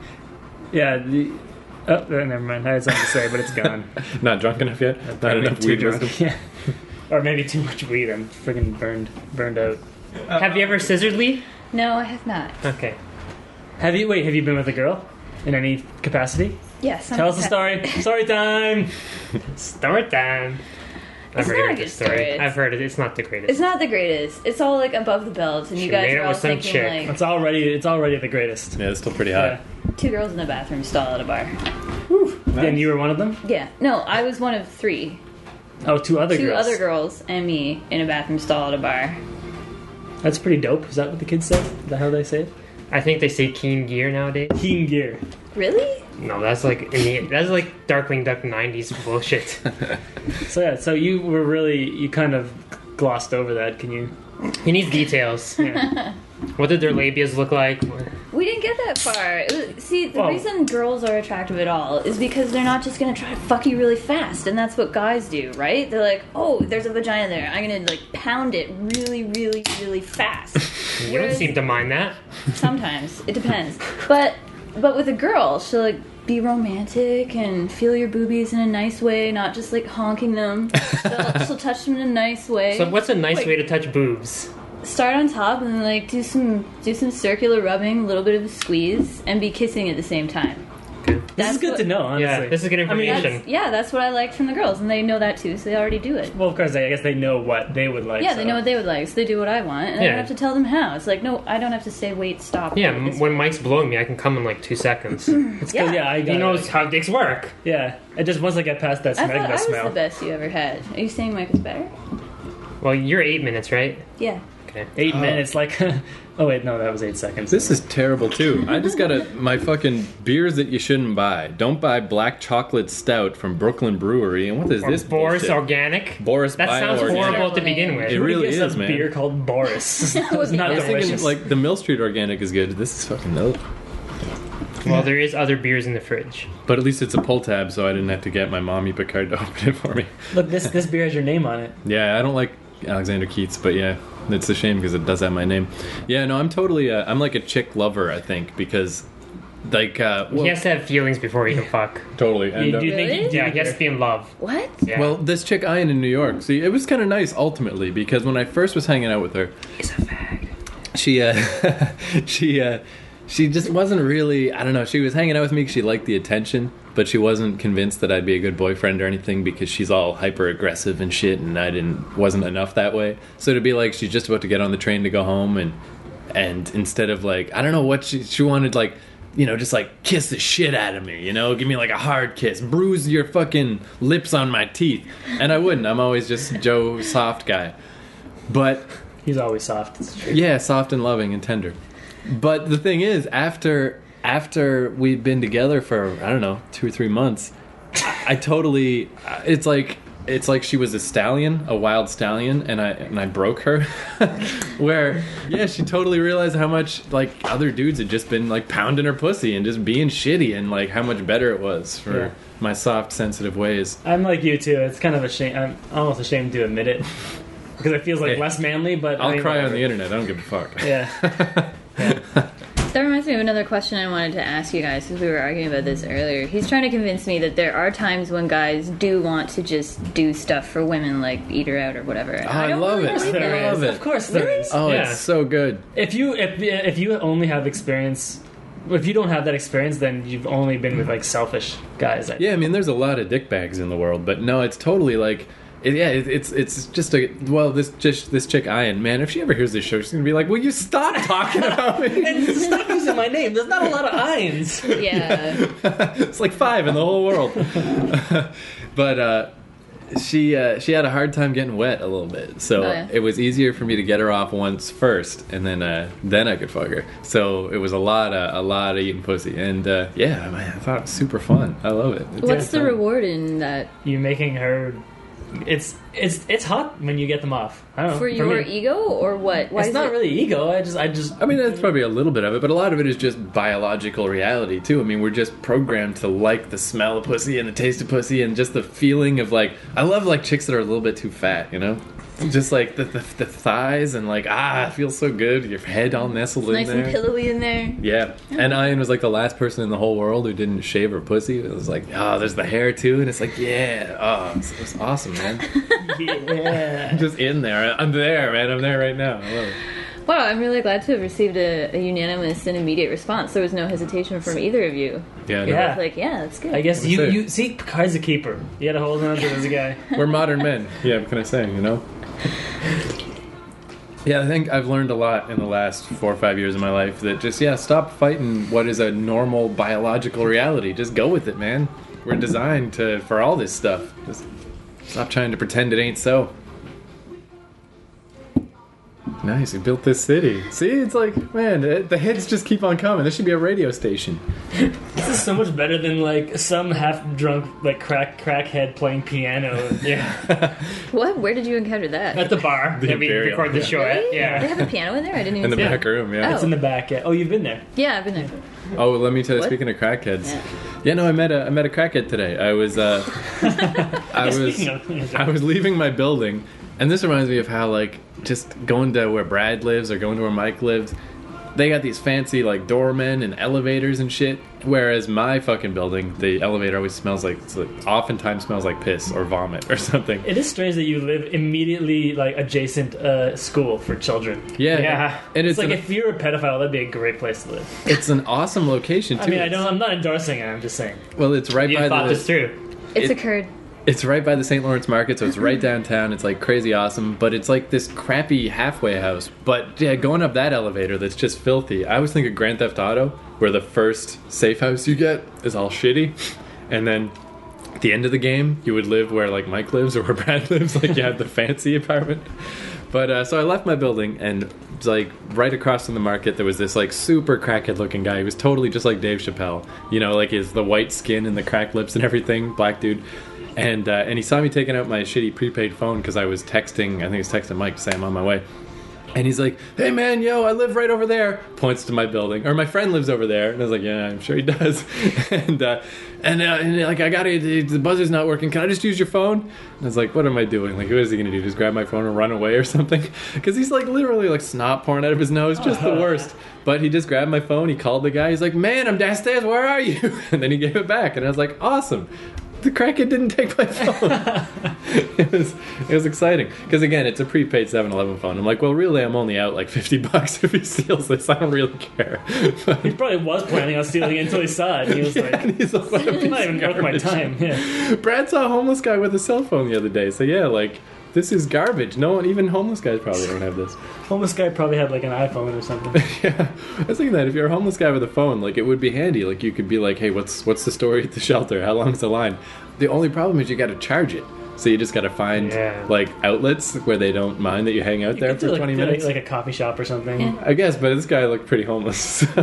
Speaker 1: Yeah. The, oh, uh, never mind. I had something to say, but it's gone.
Speaker 3: not drunk enough yet. Not enough
Speaker 1: Too
Speaker 3: weed
Speaker 1: drunk.
Speaker 3: wisdom.
Speaker 1: Yeah. Or maybe too much weed. I'm freaking burned, burned out.
Speaker 4: Have you ever scissored Lee?
Speaker 2: No, I have not.
Speaker 4: Okay.
Speaker 1: Have you? Wait. Have you been with a girl in any capacity?
Speaker 2: Yes.
Speaker 1: Tell us a story. Story time.
Speaker 4: Story time. I've
Speaker 2: It's
Speaker 4: already
Speaker 2: not a
Speaker 4: heard
Speaker 2: good
Speaker 4: this story.
Speaker 2: story. It's-
Speaker 4: I've heard it. It's not the greatest.
Speaker 2: It's not the greatest. It's all like above the belt, and you
Speaker 4: She
Speaker 2: guys
Speaker 4: made it
Speaker 2: are all
Speaker 4: with some
Speaker 2: thinking
Speaker 4: chick.
Speaker 2: like
Speaker 1: It's already. It's already the greatest.
Speaker 3: Yeah, it's still pretty hot.
Speaker 2: two girls in a bathroom stall at a bar.
Speaker 1: And you were one of them.
Speaker 2: Yeah. No, I was one of three.
Speaker 1: Oh, two other
Speaker 2: Two
Speaker 1: girls.
Speaker 2: other girls and me in a bathroom stall at a bar.
Speaker 1: That's pretty dope. Is that what the kids say? Is that how they say it?
Speaker 4: I think they say keen gear nowadays.
Speaker 1: Keen gear.
Speaker 2: Really?
Speaker 4: No, that's like in the, that's like Darkwing Duck '90s bullshit.
Speaker 1: So yeah. So you were really. You kind of glossed over that. Can you?
Speaker 4: He needs details.
Speaker 1: Yeah.
Speaker 4: What did their labias look like?
Speaker 2: We didn't get that far. It was- see, the
Speaker 1: Well-
Speaker 2: reason girls are attractive at all is because they're not just gonna try to fuck you really fast, and that's what guys do, right? They're like, oh, there's a vagina there. I'm gonna like pound it really, really, really fast.
Speaker 4: You don't seem to mind that.
Speaker 2: Sometimes it depends, but but with a girl, she'll like be romantic and feel your boobies in a nice way, not just like honking them. She'll, she'll touch them in a nice way.
Speaker 4: So, what's a nice
Speaker 2: Wait.
Speaker 4: way to touch boobs?
Speaker 2: Start on top and like do some do some circular rubbing, a little bit of a squeeze, and be kissing at the same time.
Speaker 1: This is good
Speaker 2: what-
Speaker 1: to know. Honestly.
Speaker 4: Yeah, this is good
Speaker 1: mean,
Speaker 4: information.
Speaker 2: That's, yeah, that's what I liked from the girls, and they know that too, so they already do it.
Speaker 1: Well, of course. I guess they know what they would like.
Speaker 2: Yeah,
Speaker 1: so.
Speaker 2: they know what they would like, so they do what I want, and I
Speaker 4: Yeah.
Speaker 2: don't have to tell them how. It's like, no, I don't have to say, wait, stop.
Speaker 4: yeah,
Speaker 2: do
Speaker 4: m-
Speaker 2: this."
Speaker 4: when Mike's blowing me, I can come in like two seconds. he
Speaker 1: It's
Speaker 2: Yeah.
Speaker 1: good. Yeah, I got it.
Speaker 4: knows how dicks work.
Speaker 1: Yeah, and just once I get past that
Speaker 2: I
Speaker 1: smegma
Speaker 2: thought I was
Speaker 1: smell,
Speaker 2: the best you ever had. Are you saying Mike was better?
Speaker 4: Well, you're eight minutes, right?
Speaker 2: Yeah.
Speaker 4: Okay.
Speaker 1: eight minutes, like, oh wait, no, that was eight seconds.
Speaker 3: This is terrible too. I just gotta my fucking beers that you shouldn't buy. Don't buy black chocolate stout from Brooklyn Brewery. And what is
Speaker 4: Or
Speaker 3: this?
Speaker 4: Boris
Speaker 3: bullshit?
Speaker 4: Organic.
Speaker 3: Boris
Speaker 4: That sounds
Speaker 3: Bioorganic.
Speaker 4: horrible to begin with.
Speaker 3: It really
Speaker 1: Gives
Speaker 3: is,
Speaker 1: us
Speaker 3: man.
Speaker 1: Beer called Boris. it was
Speaker 2: would
Speaker 1: not
Speaker 2: be
Speaker 3: I was thinking,
Speaker 1: delicious.
Speaker 3: like the Mill Street Organic is good. This is fucking dope.
Speaker 4: Well, there is other beers in the fridge.
Speaker 3: But at least it's a pull tab, so I didn't have to get my mommy Picard to open it for me.
Speaker 1: Look, this this beer has your name on it.
Speaker 3: Yeah, I don't like Alexander Keats, but yeah, it's a shame because it does have my name. Yeah, no, I'm totally. Uh, I'm like a chick lover, I think, because like uh, well,
Speaker 4: He has to have feelings before he can fuck.
Speaker 3: totally. And,
Speaker 1: You,
Speaker 3: uh,
Speaker 1: do you think?
Speaker 2: Really?
Speaker 1: Do you
Speaker 4: Yeah,
Speaker 1: think
Speaker 4: he has to be in love.
Speaker 2: What?
Speaker 4: Yeah.
Speaker 3: Well, this chick Ian in New York. See, it was kind of nice ultimately because when I first was hanging out with her,
Speaker 2: He's a fag.
Speaker 3: she uh she uh she just wasn't really i don't know she was hanging out with me 'cause she liked the attention but she wasn't convinced that i'd be a good boyfriend or anything because she's all hyper aggressive and shit and i didn't wasn't enough that way so to be like she's just about to get on the train to go home and and instead of like i don't know what she she wanted like you know just like kiss the shit out of me you know give me like a hard kiss bruise your fucking lips on my teeth and i wouldn't i'm always just joe soft guy but
Speaker 1: He's always soft. It's true.
Speaker 3: yeah, soft and loving and tender. But the thing is, after after we've been together for I don't know two or three months, I totally. It's like it's like she was a stallion, a wild stallion, and I and I broke her. Where yeah, she totally realized how much like other dudes had just been like pounding her pussy and just being shitty, and like how much better it was for
Speaker 1: Yeah.
Speaker 3: my soft, sensitive ways.
Speaker 1: I'm like you too. It's kind of a shame. I'm almost ashamed to admit it because it feels like
Speaker 3: Hey,
Speaker 1: less manly. But
Speaker 3: I'll cry on the internet. I don't give a fuck.
Speaker 1: Yeah,
Speaker 2: That reminds me of another question I wanted to ask you guys because we were arguing about this earlier. He's trying to convince me that there are times when guys do want to just do stuff for women, like eat her out or whatever.
Speaker 3: Ah, I
Speaker 2: don't
Speaker 3: love
Speaker 2: really
Speaker 3: it.
Speaker 2: believe
Speaker 3: There
Speaker 2: that.
Speaker 3: I love it.
Speaker 1: Of course there is.
Speaker 3: Oh,
Speaker 4: Yeah.
Speaker 3: it's so good.
Speaker 1: If you if if you only have experience, if you don't have that experience, then you've only been
Speaker 3: Mm-hmm.
Speaker 1: with like selfish guys. I-
Speaker 3: Yeah, I mean, there's a lot of dick bags in the world, but no, it's totally like, it, yeah, it, it's it's just a well, this just this chick Ian, man, if she ever hears this show, she's gonna be like, "Will you stop talking about me?"
Speaker 1: And Stop using my name. There's not a lot of irons.
Speaker 2: Yeah.
Speaker 3: it's like five in the whole world. but uh, she uh, she had a hard time getting wet a little bit, so
Speaker 2: Oh, yeah.
Speaker 3: it was easier for me to get her off once first, and then uh, then I could fuck her. So it was a lot of a lot of eating pussy, and uh, yeah, man, I thought it was super fun. I love it.
Speaker 2: What's the
Speaker 3: Yeah.
Speaker 2: reward in that
Speaker 1: You making her. It's it's it's hot when you get them off. I don't know.
Speaker 2: for your
Speaker 1: me,
Speaker 2: ego or what? Why
Speaker 1: it's
Speaker 2: is
Speaker 1: not
Speaker 2: it-
Speaker 1: really ego. I just I just
Speaker 3: I mean, that's probably a little bit of it, but a lot of it is just biological reality, too. I mean, we're just programmed to like the smell of pussy and the taste of pussy and just the feeling of like, I love like chicks that are a little bit too fat, you know? Just like the, the, the thighs and like, ah, it feels so good. Your head all nestled
Speaker 2: nice
Speaker 3: in there.
Speaker 2: and pillowy in there?
Speaker 3: Yeah, and Ian was like the last person in the whole world who didn't shave her pussy. It was like, oh, there's the hair too, and it's like, yeah, oh, it's, it's awesome, man.
Speaker 1: yeah.
Speaker 3: I'm just in there. I'm there, man. I'm there right now. I love it.
Speaker 2: Wow, I'm really glad to have received a, a unanimous and immediate response. There was no hesitation from either of you.
Speaker 3: Yeah, I know.
Speaker 1: Yeah.
Speaker 2: It's like, yeah, that's good.
Speaker 1: I guess
Speaker 3: Let me
Speaker 1: you
Speaker 3: see.
Speaker 1: you see Picard's a keeper. You gotta hold on to this guy.
Speaker 3: We're modern men. Yeah, what can I say? You know. Yeah, I think I've learned a lot in the last four or five years of my life. That just yeah, stop fighting what is a normal biological reality. Just go with it, man. We're designed to for all this stuff. Just stop trying to pretend it ain't so. Nice, we built this city. See, it's like man, it, the hits just keep on coming. This should be a radio station.
Speaker 1: This is so much better than like some half drunk like crack crackhead playing piano
Speaker 4: Yeah,
Speaker 2: What? Where did you encounter that?
Speaker 4: at the bar
Speaker 3: The
Speaker 4: that we
Speaker 3: Imperial,
Speaker 4: record the
Speaker 3: yeah.
Speaker 4: show at.
Speaker 2: Really? They
Speaker 4: Yeah,
Speaker 2: have a piano in there? I didn't even
Speaker 3: In the
Speaker 2: see it.
Speaker 3: back room, yeah.
Speaker 2: Oh.
Speaker 1: It's in the back. Yeah. Oh, you've been there.
Speaker 2: Yeah, I've been there.
Speaker 3: Oh, well, let me tell you.
Speaker 2: What?
Speaker 3: Speaking of crackheads,
Speaker 2: Yeah.
Speaker 3: yeah. no, I met a I met a crackhead today. I was uh, I was
Speaker 1: Speaking of-
Speaker 3: I was leaving my building, and this reminds me of how like just going to where Brad lives or going to where Mike lives, they got these fancy like doormen and elevators and shit. Whereas my fucking building, the elevator always smells like, it's like oftentimes smells like piss or vomit or something.
Speaker 1: It is strange that you live immediately like adjacent uh, school for children.
Speaker 3: Yeah,
Speaker 4: Yeah.
Speaker 3: and
Speaker 1: It's,
Speaker 3: it's
Speaker 1: like
Speaker 3: an,
Speaker 1: if you're a pedophile, that'd be a great place to live.
Speaker 3: it's an awesome location too.
Speaker 1: I mean, I don't. I'm not endorsing it. I'm just saying.
Speaker 3: Well, it's right
Speaker 4: you
Speaker 3: by
Speaker 4: thought
Speaker 3: the
Speaker 4: this through.
Speaker 2: It's
Speaker 3: It-
Speaker 2: occurred.
Speaker 3: It's right by the St. Lawrence Market, so it's right downtown. It's like crazy awesome, but it's like this crappy halfway house. But yeah, going up that elevator that's just filthy. I always think of Grand Theft Auto, where the first safe house you get is all shitty, and then at the end of the game, you would live where like Mike lives or where Brad lives, like you had the fancy apartment. But uh, so I left my building, and like right across from the market, there was this like super crackhead looking guy. He was totally just like Dave Chappelle, you know, like his the white skin and the cracked lips and everything, black dude. And uh, and he saw me taking out my shitty prepaid phone because I was texting. I think I was texting Mike to say I'm on my way. And he's like, "Hey man, yo, I live right over there." Points to my building, or my friend lives over there. And I was like, "Yeah, I'm sure he does." and uh, and, uh, and like, I got it. The buzzer's not working. Can I just use your phone? And I was like, "What am I doing? Like, what is he gonna do? Just grab my phone and run away or something?" Because he's like literally like snot pouring out of his nose, just the worst. But he just grabbed my phone. He called the guy. He's like, "Man, I'm downstairs. Where are you?" And then he gave it back, and I was like, "Awesome." the crackhead didn't take my phone. it was it was exciting because again, it's a prepaid 7-Eleven phone. I'm like, well, really, I'm only out like fifty bucks if he steals this. I don't really care.
Speaker 1: He probably was planning on stealing it until he saw it. And he was
Speaker 3: Yeah,
Speaker 1: like,
Speaker 3: and he's like, what a
Speaker 1: it's
Speaker 3: piece
Speaker 1: not even
Speaker 3: of
Speaker 1: worth my
Speaker 3: garbage."
Speaker 1: time. Yeah.
Speaker 3: Brad saw a homeless guy with a cell phone the other day. So yeah, like this is garbage. No one, even homeless guys, probably don't have this.
Speaker 1: Homeless guy probably had like an iPhone or something.
Speaker 3: yeah, I was thinking that if you're a homeless guy with a phone, like it would be handy. Like you could be like, hey, what's what's the story at the shelter? How long's the line? The only problem is you got to charge it. So you just got to find
Speaker 4: Yeah.
Speaker 3: like outlets where they don't mind that you hang out there
Speaker 1: Could do,
Speaker 3: for
Speaker 1: like,
Speaker 3: 20
Speaker 1: do, like-
Speaker 3: minutes.
Speaker 1: like, a coffee shop or something.
Speaker 2: Yeah.
Speaker 3: I guess, but this guy looked pretty homeless.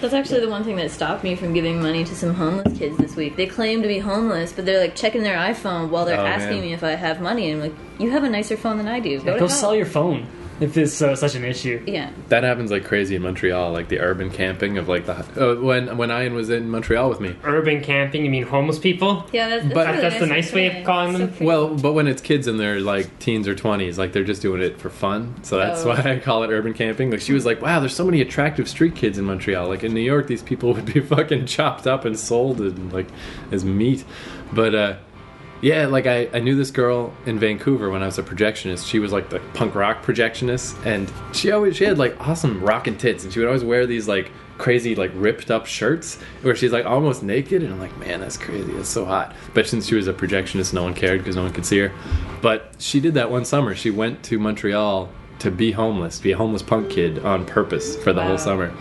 Speaker 2: That's actually the one thing that stopped me from giving money to some homeless kids this week. They claim to be homeless, but they're like checking their iPhone while they're
Speaker 3: Oh,
Speaker 2: asking
Speaker 3: man.
Speaker 2: me if I have money. And I'm like, you have a nicer phone than I do. Go,
Speaker 1: Yeah,
Speaker 2: to
Speaker 1: go
Speaker 2: hell."
Speaker 1: sell your phone if it's uh, such an issue.
Speaker 2: Yeah.
Speaker 3: that happens like crazy in Montreal, like the urban camping of like the uh, when when Ian was in Montreal with me.
Speaker 4: Urban camping, you mean homeless people?
Speaker 2: Yeah, that's, that's,
Speaker 3: But-
Speaker 2: really
Speaker 4: That's the nice way of
Speaker 2: saying it.
Speaker 4: calling
Speaker 2: So
Speaker 4: them.
Speaker 2: pretty.
Speaker 3: Well, but when it's kids and they're like teens or twenties, like they're just doing it for fun. So that's
Speaker 2: Oh.
Speaker 3: why I call it urban camping. Like she was like, "Wow, there's so many attractive street kids in Montreal. Like in New York, these people would be fucking chopped up and sold and like as meat." But uh, yeah, like I, I knew this girl in Vancouver when I was a projectionist. She was like the punk rock projectionist, and she always she had like awesome rockin' tits, and she would always wear these like crazy like ripped up shirts where she's like almost naked, and I'm like, man, that's crazy, that's so hot. But since she was a projectionist, no one cared because no one could see her. But she did that one summer. She went to Montreal to be homeless, be a homeless punk kid on purpose for the
Speaker 2: Wow.
Speaker 3: whole summer.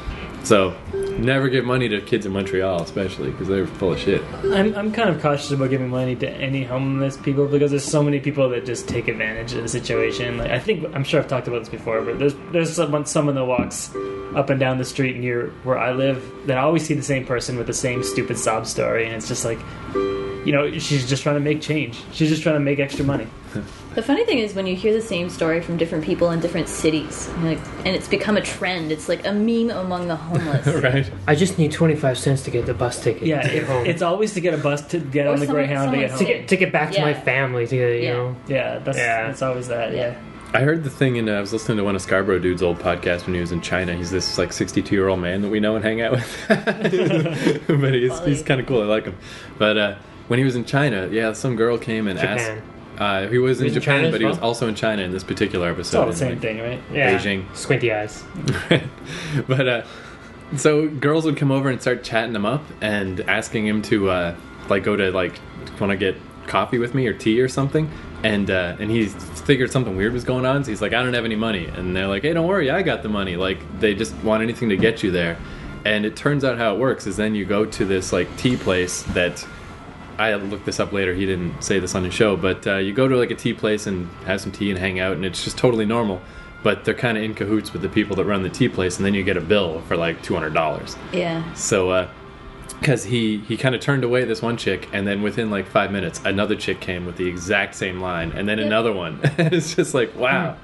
Speaker 3: So never give money to kids in Montreal, especially because they're full of shit.
Speaker 1: I'm, I'm kind of cautious about giving money to any homeless people because there's so many people that just take advantage of the situation. Like I think I'm sure I've talked about this before, but there's there's someone someone that walks up and down the street near where I live that I always see the same person with the same stupid sob story, and it's just like, you know, she's just trying to make change. She's just trying to make extra money.
Speaker 2: The funny thing is when you hear the same story from different people in different cities, and, like, and it's become a trend. It's like a meme among the homeless.
Speaker 3: Right?
Speaker 4: I just need 25 cents to get the bus ticket.
Speaker 1: Yeah,
Speaker 4: to get
Speaker 1: it-
Speaker 4: home.
Speaker 1: it's always to get a bus to get
Speaker 2: Or
Speaker 1: on the
Speaker 2: someone-
Speaker 1: Greyhound to get home.
Speaker 2: someone
Speaker 4: to get, to get back to my
Speaker 2: Yeah.
Speaker 4: family to get, you
Speaker 2: Yeah.
Speaker 4: know.
Speaker 1: Yeah, that's
Speaker 4: Yeah.
Speaker 1: that's always that. Yeah.
Speaker 3: I heard the thing, and I was listening to one of Scarborough Dude's old podcasts when he was in China. He's this like 62 year old man that we know and hang out with, but he's, he's kind of cool. I like him. But uh, when he was in China, yeah, some girl came and
Speaker 4: Japan.
Speaker 3: asked. Uh, he was in
Speaker 4: was in
Speaker 3: Japan,
Speaker 4: China as
Speaker 3: but he was
Speaker 4: well?
Speaker 3: also in China in this particular episode.
Speaker 1: It's all the
Speaker 3: and,
Speaker 1: same thing, right?
Speaker 3: like,
Speaker 4: Yeah.
Speaker 3: Beijing.
Speaker 4: Squinty eyes.
Speaker 3: but uh, so girls would come over and start chatting him up and asking him to uh, like go to like want to get coffee with me or tea or something. And uh, and he figured something weird was going on, so he's like, I don't have any money. And they're like, Hey, don't worry, I got the money. Like they just want anything to get you there. And it turns out how it works is then you go to this like tea place that I looked this up later. He didn't say this on his show, but uh, you go to like a tea place and have some tea and hang out, and it's just totally normal. But they're kind of in cahoots with the people that run the tea place, and then you get a bill for like two hundred dollars.
Speaker 2: yeah.
Speaker 3: So, because he he kind of turned away this one chick, and then within like five minutes, another chick came with the exact same line, and then
Speaker 2: Yep.
Speaker 3: another one. it's just like wow.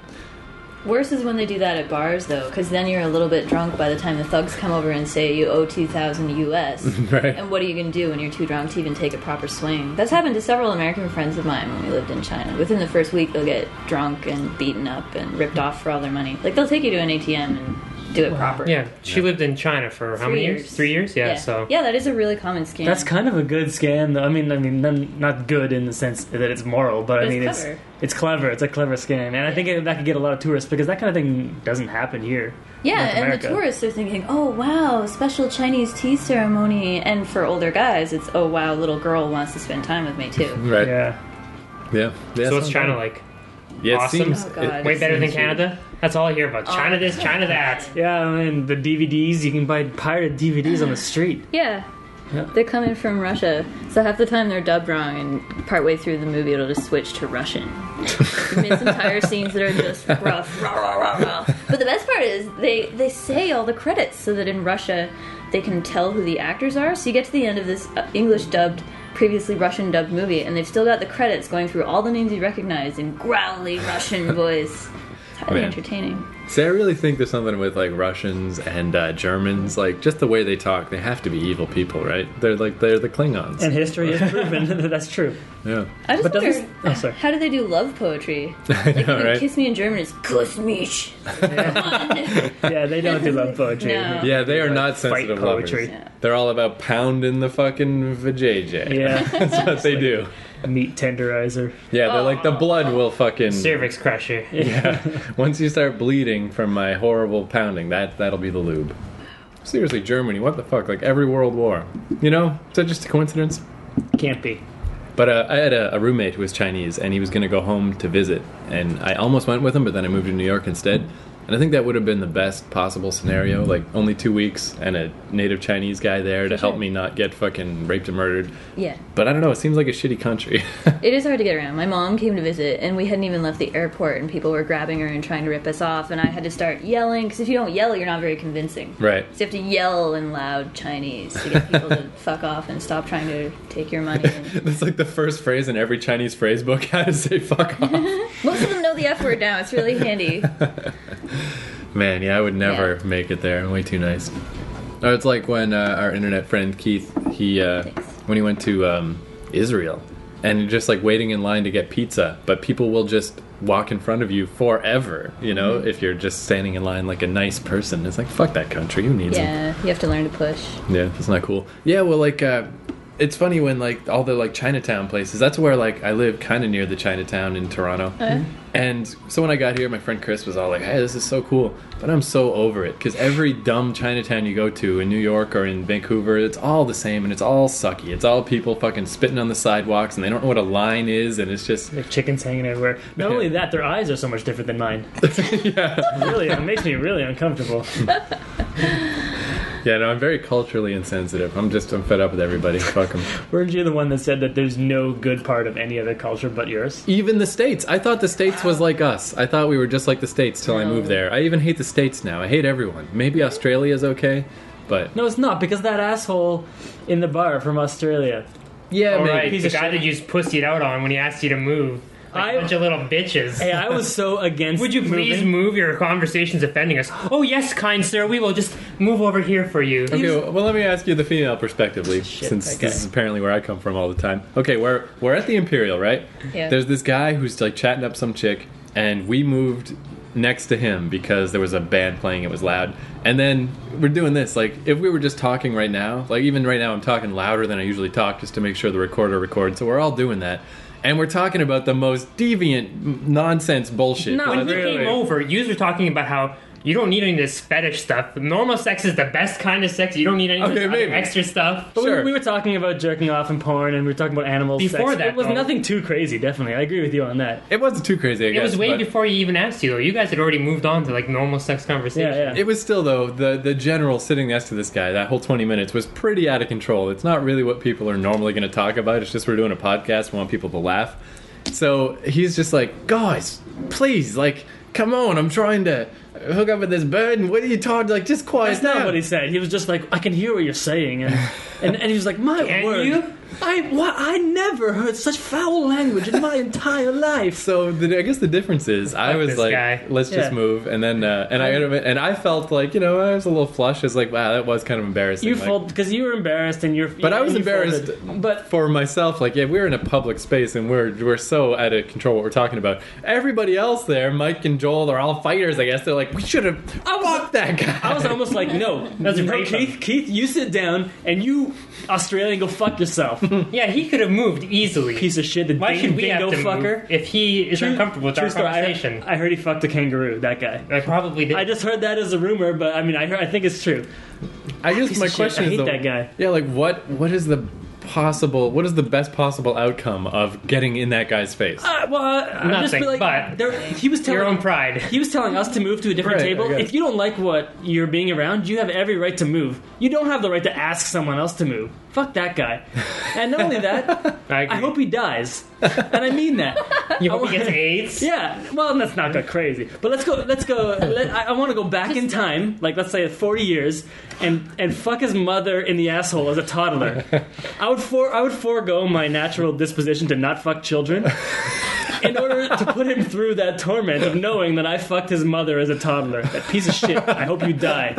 Speaker 2: Worse is when they do that at bars, though, because then you're a little bit drunk by the time the thugs come over and say you owe 2,000 US.
Speaker 3: Right.
Speaker 2: And what are you going to do when you're too drunk to even take a proper swing? That's happened to several American friends of mine when we lived in China. Within the first week, they'll get drunk and beaten up and ripped off for all their money. Like, they'll take you to an ATM and do it proper.
Speaker 4: Yeah, she lived in China for how
Speaker 2: Three
Speaker 4: many years?
Speaker 2: years.
Speaker 4: Three years? Yeah, so.
Speaker 2: Yeah, that is a really common scam.
Speaker 1: That's kind of a good scam, though. I mean, I mean, none- not good in the sense that it's moral, but I
Speaker 2: But it's
Speaker 1: mean, it's
Speaker 2: clever.
Speaker 1: it's clever. It's a clever scam, and I think it, that could get a lot of tourists because that kind of thing doesn't happen here.
Speaker 2: Yeah,
Speaker 1: North
Speaker 2: and
Speaker 1: America.
Speaker 2: the tourists are thinking, "Oh wow, special Chinese tea ceremony." And for older guys, it's, "Oh wow, little girl wants to spend time with me too."
Speaker 3: Right. Yeah.
Speaker 1: Yeah,
Speaker 3: Yeah.
Speaker 4: so what's
Speaker 3: sounds
Speaker 4: China
Speaker 3: good.
Speaker 4: like?
Speaker 3: Yeah, it
Speaker 4: Awesome.
Speaker 3: seems-
Speaker 2: Oh, God.
Speaker 3: it-
Speaker 4: Way better than
Speaker 3: seems-
Speaker 4: Canada? That's all I hear about.
Speaker 2: Oh.
Speaker 4: China this, China that.
Speaker 1: yeah. I mean, the DVDs you can buy pirated DVDs on the street.
Speaker 2: Yeah.
Speaker 1: Yeah.
Speaker 2: They're coming from Russia, so half the time they're dubbed wrong, and partway through the movie, it'll just switch to Russian. You miss entire scenes that are just rough. rah, rah, rah, rah. But the best part is they they say all the credits so that in Russia they can tell who the actors are. So you get to the end of this uh, English dubbed, previously Russian dubbed movie, and they've still got the credits going through all the names you recognize in growly Russian voice. It's
Speaker 1: Oh,
Speaker 2: highly
Speaker 3: Man.
Speaker 2: entertaining.
Speaker 3: See, I really think there's something with like Russians and uh, Germans, like just the way they talk. They have to be evil people, right? They're like they're the Klingons.
Speaker 1: And history has proven that that's true.
Speaker 3: yeah,
Speaker 2: I just
Speaker 1: But doesn't-
Speaker 2: wonder
Speaker 1: oh, sorry.
Speaker 2: how do they do love poetry?
Speaker 3: I know,
Speaker 2: Even
Speaker 3: right?
Speaker 2: Kiss me in German is "Kuss mich."
Speaker 1: Yeah, they don't do love poetry.
Speaker 2: No.
Speaker 3: Yeah, they are
Speaker 1: Like,
Speaker 3: not sensitive
Speaker 1: fight poetry.
Speaker 3: lovers. They're all about pounding the fucking vajayjay.
Speaker 1: Yeah,
Speaker 3: That's what they do.
Speaker 1: meat tenderizer.
Speaker 3: Yeah, they're like the blood will fucking.
Speaker 4: Cervix crusher.
Speaker 3: Once you start bleeding from my horrible pounding, that that'll be the lube. Seriously, Germany, what the fuck? Like every world war, you know? Is that just a coincidence?
Speaker 1: Can't be.
Speaker 3: But uh, I had a, a roommate who was Chinese, and he was going to go home to visit, and I almost went with him, but then I moved to New York instead. And I think that would have been the best possible scenario. Like only two weeks, and a native Chinese guy there to help me not get fucking raped and murdered.
Speaker 2: Yeah,
Speaker 3: But I don't know. It seems like a shitty country.
Speaker 2: it is hard to get around. My mom came to visit, and we hadn't even left the airport, and people were grabbing her and trying to rip us off, and I had to start yelling because if you don't yell, you're not very convincing.
Speaker 3: right.
Speaker 2: So you have to yell in loud Chinese to get people to fuck off and stop trying to take your money. And
Speaker 3: That's like the first phrase in every Chinese phrase book. How to say fuck off.
Speaker 2: most of them know the F word now. It's really handy.
Speaker 3: Man, yeah, I would never make it there. I'm way too nice. Oh, it's like when uh, our internet friend Keith, he uh,
Speaker 2: Thanks.
Speaker 3: when he went to um, Israel and just like waiting in line to get pizza, but people will just walk in front of you forever. You know,
Speaker 2: Mm-hmm.
Speaker 3: if you're just standing in line like a nice person, it's like fuck that country. Who needs them?
Speaker 2: Yeah, you have to learn to push.
Speaker 3: Yeah, that's not cool. Yeah, well, like, uh, it's funny when, like, all the, like, Chinatown places, that's where, like, I live kind of near the Chinatown in Toronto. And so when I got here, my friend Chris was all like, hey, this is so cool. But I'm so over it. Because every dumb Chinatown you go to in New York or in Vancouver, it's all the same and it's all sucky. It's all people fucking spitting on the sidewalks and they don't know what a line is. And it's just,
Speaker 1: Like chickens hanging everywhere. Not only that, their eyes are so much different than mine. Really, it makes me really uncomfortable.
Speaker 3: yeah, no, I'm very culturally insensitive. I'm just, I'm fed up with everybody. Fuck 'em.
Speaker 1: Weren't you the one that said that there's no good part of any other culture but yours?
Speaker 3: Even the states. I thought the states was like us. I thought we were just like the states till I moved there. I even hate the states now. I hate everyone. Maybe Australia's okay, but
Speaker 1: No, it's not because that asshole in the bar from Australia.
Speaker 3: yeah,
Speaker 4: All
Speaker 3: maybe.
Speaker 4: right,
Speaker 1: piece
Speaker 4: the
Speaker 1: of
Speaker 4: guy
Speaker 1: shit.
Speaker 4: that you pussied out on when he asked you to move. Like
Speaker 1: I-
Speaker 4: a bunch of little bitches.
Speaker 1: Hey, I was so against.
Speaker 4: Would you please
Speaker 1: moving.
Speaker 4: move your conversations offending us? Oh yes, kind sir, we will just move over here for you.
Speaker 3: Okay, well, well, let me ask you the female perspective, Lee,
Speaker 1: Shit,
Speaker 3: since
Speaker 1: okay.
Speaker 3: this is apparently where I come from all the time. Okay, we're we're at the Imperial, right?
Speaker 2: Yeah.
Speaker 3: There's this guy who's like chatting up some chick, and we moved next to him because there was a band playing. It was loud, and then we're doing this. Like, if we were just talking right now, like even right now, I'm talking louder than I usually talk just to make sure the recorder records. So we're all doing that, and we're talking about the most deviant m- nonsense bullshit.
Speaker 1: No,
Speaker 4: When you
Speaker 1: Really?
Speaker 4: came over, you were talking about how you don't need any of this fetish stuff. Normal sex is the best kind of sex. You don't need any of
Speaker 3: Okay,
Speaker 4: this other
Speaker 3: maybe.
Speaker 4: extra stuff.
Speaker 1: But we-
Speaker 3: Sure.
Speaker 1: we, were talking about jerking off and porn, and we were talking about animals.
Speaker 4: Before
Speaker 1: sex.
Speaker 4: that,
Speaker 1: it was
Speaker 4: though.
Speaker 1: nothing too crazy. Definitely, I agree with you on that.
Speaker 3: It wasn't too crazy. I
Speaker 4: It
Speaker 3: guess,
Speaker 4: was way
Speaker 3: but-
Speaker 4: before you even asked you though. You guys had already moved on to like normal sex conversations.
Speaker 1: Yeah, yeah.
Speaker 3: It was still though the the general sitting next to this guy that whole twenty minutes was pretty out of control. It's not really what people are normally going to talk about. It's just we're doing a podcast. We want people to laugh. So he's just like, guys, please, like, come on. I'm trying to hook up with this bird, and what are you talking? Like, just quiet
Speaker 1: That's not
Speaker 3: down."
Speaker 1: what he said. He was just like, I can hear what you're saying, and and, and he was like, my
Speaker 4: Can
Speaker 1: word,
Speaker 4: you?
Speaker 1: I wha- I never heard such foul language in my entire life.
Speaker 3: So the, I guess the difference is I
Speaker 4: Fuck
Speaker 3: was
Speaker 4: this
Speaker 3: like,
Speaker 4: guy.
Speaker 3: let's just
Speaker 1: Yeah.
Speaker 3: move, and then uh, and I and I felt like you know I was a little flushed. I was like, wow, that was kind of embarrassing.
Speaker 1: You
Speaker 3: Like,
Speaker 1: fold because you were embarrassed, and you're.
Speaker 3: But I was
Speaker 1: you
Speaker 3: embarrassed
Speaker 1: folded. But
Speaker 3: for myself, like yeah, we're in a public space and we're we're so out of control what we're talking about. Everybody else there, Mike and Joel, are all fighters. I guess they're like, we should have. I walked that guy.
Speaker 1: I was almost like, no, that's
Speaker 4: a
Speaker 1: no,
Speaker 4: great
Speaker 1: Keith.
Speaker 4: one.
Speaker 1: Keith, you sit down, and you Australian, go fuck yourself,
Speaker 4: Yeah, he could have moved easily.
Speaker 1: piece of shit. The
Speaker 4: Why
Speaker 1: ding-
Speaker 4: should we
Speaker 1: dingo
Speaker 4: have to
Speaker 1: fucker.
Speaker 4: move if he is uncomfortable with
Speaker 1: True
Speaker 4: our
Speaker 1: story, I-
Speaker 4: conversation?
Speaker 1: I, heard he fucked a kangaroo. That guy.
Speaker 4: I, probably did.
Speaker 1: I just heard that as a rumor, but I mean, I heard, I think it's true.
Speaker 3: I guess
Speaker 1: Piece
Speaker 3: my
Speaker 1: of shit.
Speaker 3: question
Speaker 1: I
Speaker 3: is
Speaker 1: hate
Speaker 3: though,
Speaker 1: that guy.
Speaker 3: Yeah, like what what is the possible? What is the best possible outcome of getting in that guy's face?
Speaker 1: Uh, well, I- I'm just
Speaker 4: Nothing,
Speaker 1: be like,
Speaker 4: but-
Speaker 1: there, he was telling
Speaker 4: Your own pride.
Speaker 1: He was telling us to move to a different
Speaker 3: Right, I
Speaker 1: table.
Speaker 3: guess.
Speaker 1: If you don't like what you're being around, you have every right to move. You don't have the right to ask someone else to move. Fuck that guy. And not only that,
Speaker 4: I,
Speaker 1: I hope he dies, and I mean that.
Speaker 4: you hope he gets AIDS.
Speaker 1: Yeah, well, let's not go crazy. But let's go. Let's go. Let, I, I want to go back in time, like let's say forty years, and and fuck his mother in the asshole as a toddler. I would for I would forego my natural disposition to not fuck children in order to put him through that torment of knowing that I fucked his mother as a toddler. That piece of shit. I hope you die.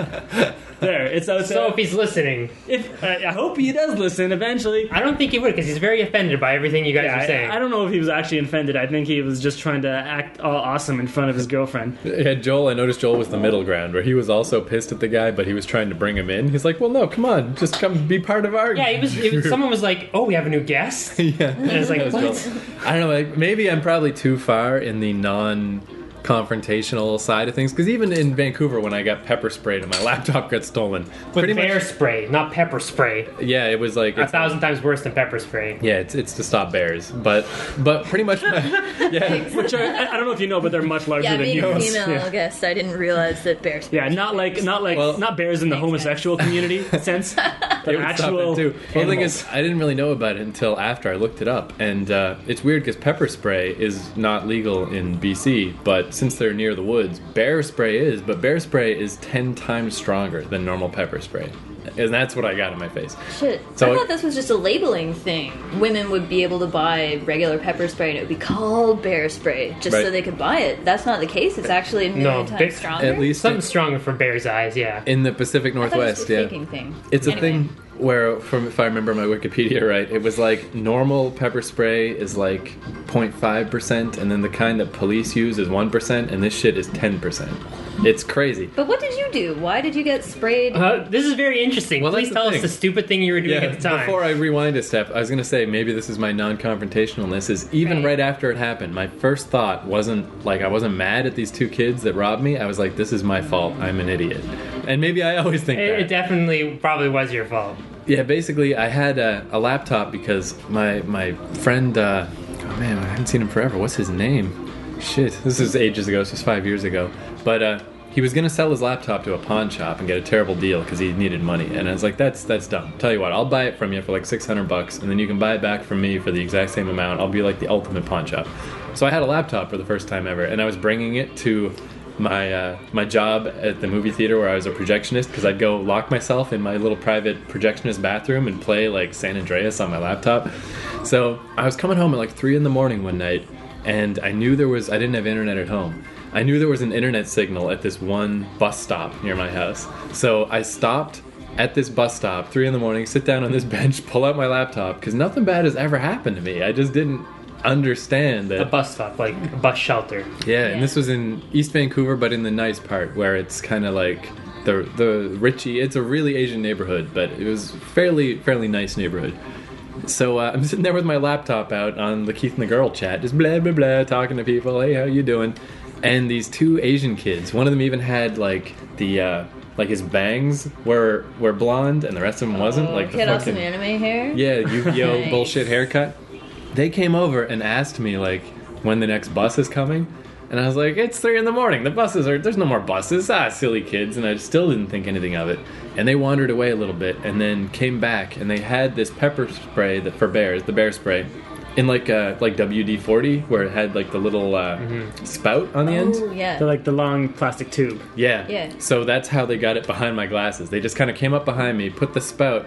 Speaker 1: There, it's out.
Speaker 4: So if he's listening,
Speaker 1: if, I I hope he does listen eventually.
Speaker 4: I don't think he would because he's very offended by everything you guys are saying.
Speaker 1: I, I don't know if he was actually offended. I think he was just trying to act all awesome in front of his girlfriend.
Speaker 3: Yeah, Joel, I noticed Joel was the middle ground where he was also pissed at the guy, but he was trying to bring him in. He's like, well, no, come on, just come be part of our.
Speaker 4: yeah, he was, it was. Someone was like, "Oh, we have a new guest."
Speaker 3: yeah.
Speaker 4: And it's like,
Speaker 3: That was
Speaker 4: what?
Speaker 3: Joel. I don't know, like, maybe I'm probably too far in the non confrontational side of things because even in Vancouver, when I got pepper sprayed and my laptop got stolen,
Speaker 4: With
Speaker 3: pretty
Speaker 4: bear
Speaker 3: much.
Speaker 4: spray, not pepper spray.
Speaker 3: Yeah, it was like.
Speaker 4: A
Speaker 3: it's-
Speaker 4: thousand times worse than pepper spray.
Speaker 3: yeah, it's, it's to stop bears, but but pretty much, yeah,
Speaker 1: Which are, I, I don't know if you know, but they're much larger
Speaker 2: Yeah,
Speaker 1: than
Speaker 2: being a
Speaker 1: humans.
Speaker 2: female
Speaker 1: yeah.
Speaker 2: guest, I didn't realize that bears.
Speaker 1: Yeah, not like not like
Speaker 3: Well-
Speaker 1: not bears in the homosexual community sense. But
Speaker 3: It would stop
Speaker 1: actual
Speaker 3: it, too. Well, the thing
Speaker 1: animals.
Speaker 3: is, I didn't really know about it until after I looked it up, and uh, it's weird because pepper spray is not legal in BC, but since they're near the woods, bear spray is. But bear spray is ten times stronger than normal pepper spray, and that's what I got in my face.
Speaker 2: Shit.
Speaker 3: So-
Speaker 2: I thought this was just a labeling thing. Women would be able to buy regular pepper spray and it would be called bear spray just so
Speaker 3: Right.
Speaker 2: they could buy it. That's not the case. It's actually a million
Speaker 4: No,
Speaker 2: times
Speaker 4: big-
Speaker 2: stronger.
Speaker 3: At least
Speaker 4: Something
Speaker 3: in,
Speaker 4: stronger for bear's eyes. Yeah.
Speaker 3: in the Pacific
Speaker 2: I thought it was
Speaker 3: Northwest,
Speaker 2: a
Speaker 3: yeah.
Speaker 2: thinking thing.
Speaker 3: It's a
Speaker 2: Anyway.
Speaker 3: thing where, from if I remember my Wikipedia right, it was like normal pepper spray is like 0.5 percent, and then the kind that police use is one percent, and this shit is ten percent. It's crazy.
Speaker 2: But what did you do? Why did you get sprayed?
Speaker 4: Uh, this is very interesting.
Speaker 3: Well,
Speaker 4: Please
Speaker 3: that's the
Speaker 4: tell us
Speaker 3: thing.
Speaker 4: the stupid thing you were doing at the time.
Speaker 3: Before I rewind a step, I was going to say maybe this is my non-confrontationalness. Is even right.
Speaker 2: Right.
Speaker 3: after it happened, my first thought wasn't like I wasn't mad at these two kids that robbed me. I was like, this is my fault. I'm an idiot. And maybe I always think
Speaker 4: it, it
Speaker 3: that.
Speaker 4: definitely probably was your fault.
Speaker 3: Yeah, basically, I had a, a laptop because my my friend. Uh, oh man, I haven't seen him forever. What's his name? Shit, this is ages ago. This was five years ago. But uh, he was gonna sell his laptop to a pawn shop and get a terrible deal because he needed money. And I was like, that's that's dumb. Tell you what, I'll buy it from you for like six hundred bucks, and then you can buy it back from me for the exact same amount. I'll be like the ultimate pawn shop. So I had a laptop for the first time ever, and I was bringing it to my uh, my job at the movie theater where I was a projectionist because I'd go lock myself in my little private projectionist bathroom and play like San Andreas on my laptop. So I was coming home at like three in the morning one night, and I knew there was I didn't have internet at home. I knew there was an internet signal at this one bus stop near my house. So I stopped at this bus stop, three in the morning, sit down on this bench, pull out my laptop because nothing bad has ever happened to me. I just didn't understand that
Speaker 4: A bus stop, like a bus shelter.
Speaker 3: yeah,
Speaker 2: Yeah.
Speaker 3: and this was in East Vancouver, but in the nice part where it's kind of like the the Richie. It's a really Asian neighborhood, but it was fairly fairly nice neighborhood. So uh, I'm sitting there with my laptop out on the Keith and the Girl chat, just blah blah blah, talking to people. Hey, how you doing? And these two Asian kids. One of them even had like the uh, like his bangs were were blonde, and the rest of them wasn't. like the
Speaker 2: get off some
Speaker 3: fucking-
Speaker 2: anime hair.
Speaker 3: yeah, Yu-Gi-Oh
Speaker 2: Nice.
Speaker 3: bullshit haircut. They came over and asked me like when the next bus is coming, and I was like, "It's three in the morning. The buses are there's no more buses. Ah, silly kids." And I still didn't think anything of it. And they wandered away a little bit, and then came back, and they had this pepper spray that for bears, the bear spray, in like uh like WD-40, where it had like the little uh, spout on the end.
Speaker 2: Oh, yeah.
Speaker 1: They're like the long plastic tube.
Speaker 3: Yeah.
Speaker 2: Yeah.
Speaker 3: So that's how they got it behind my glasses. They just kind of came up behind me, put the spout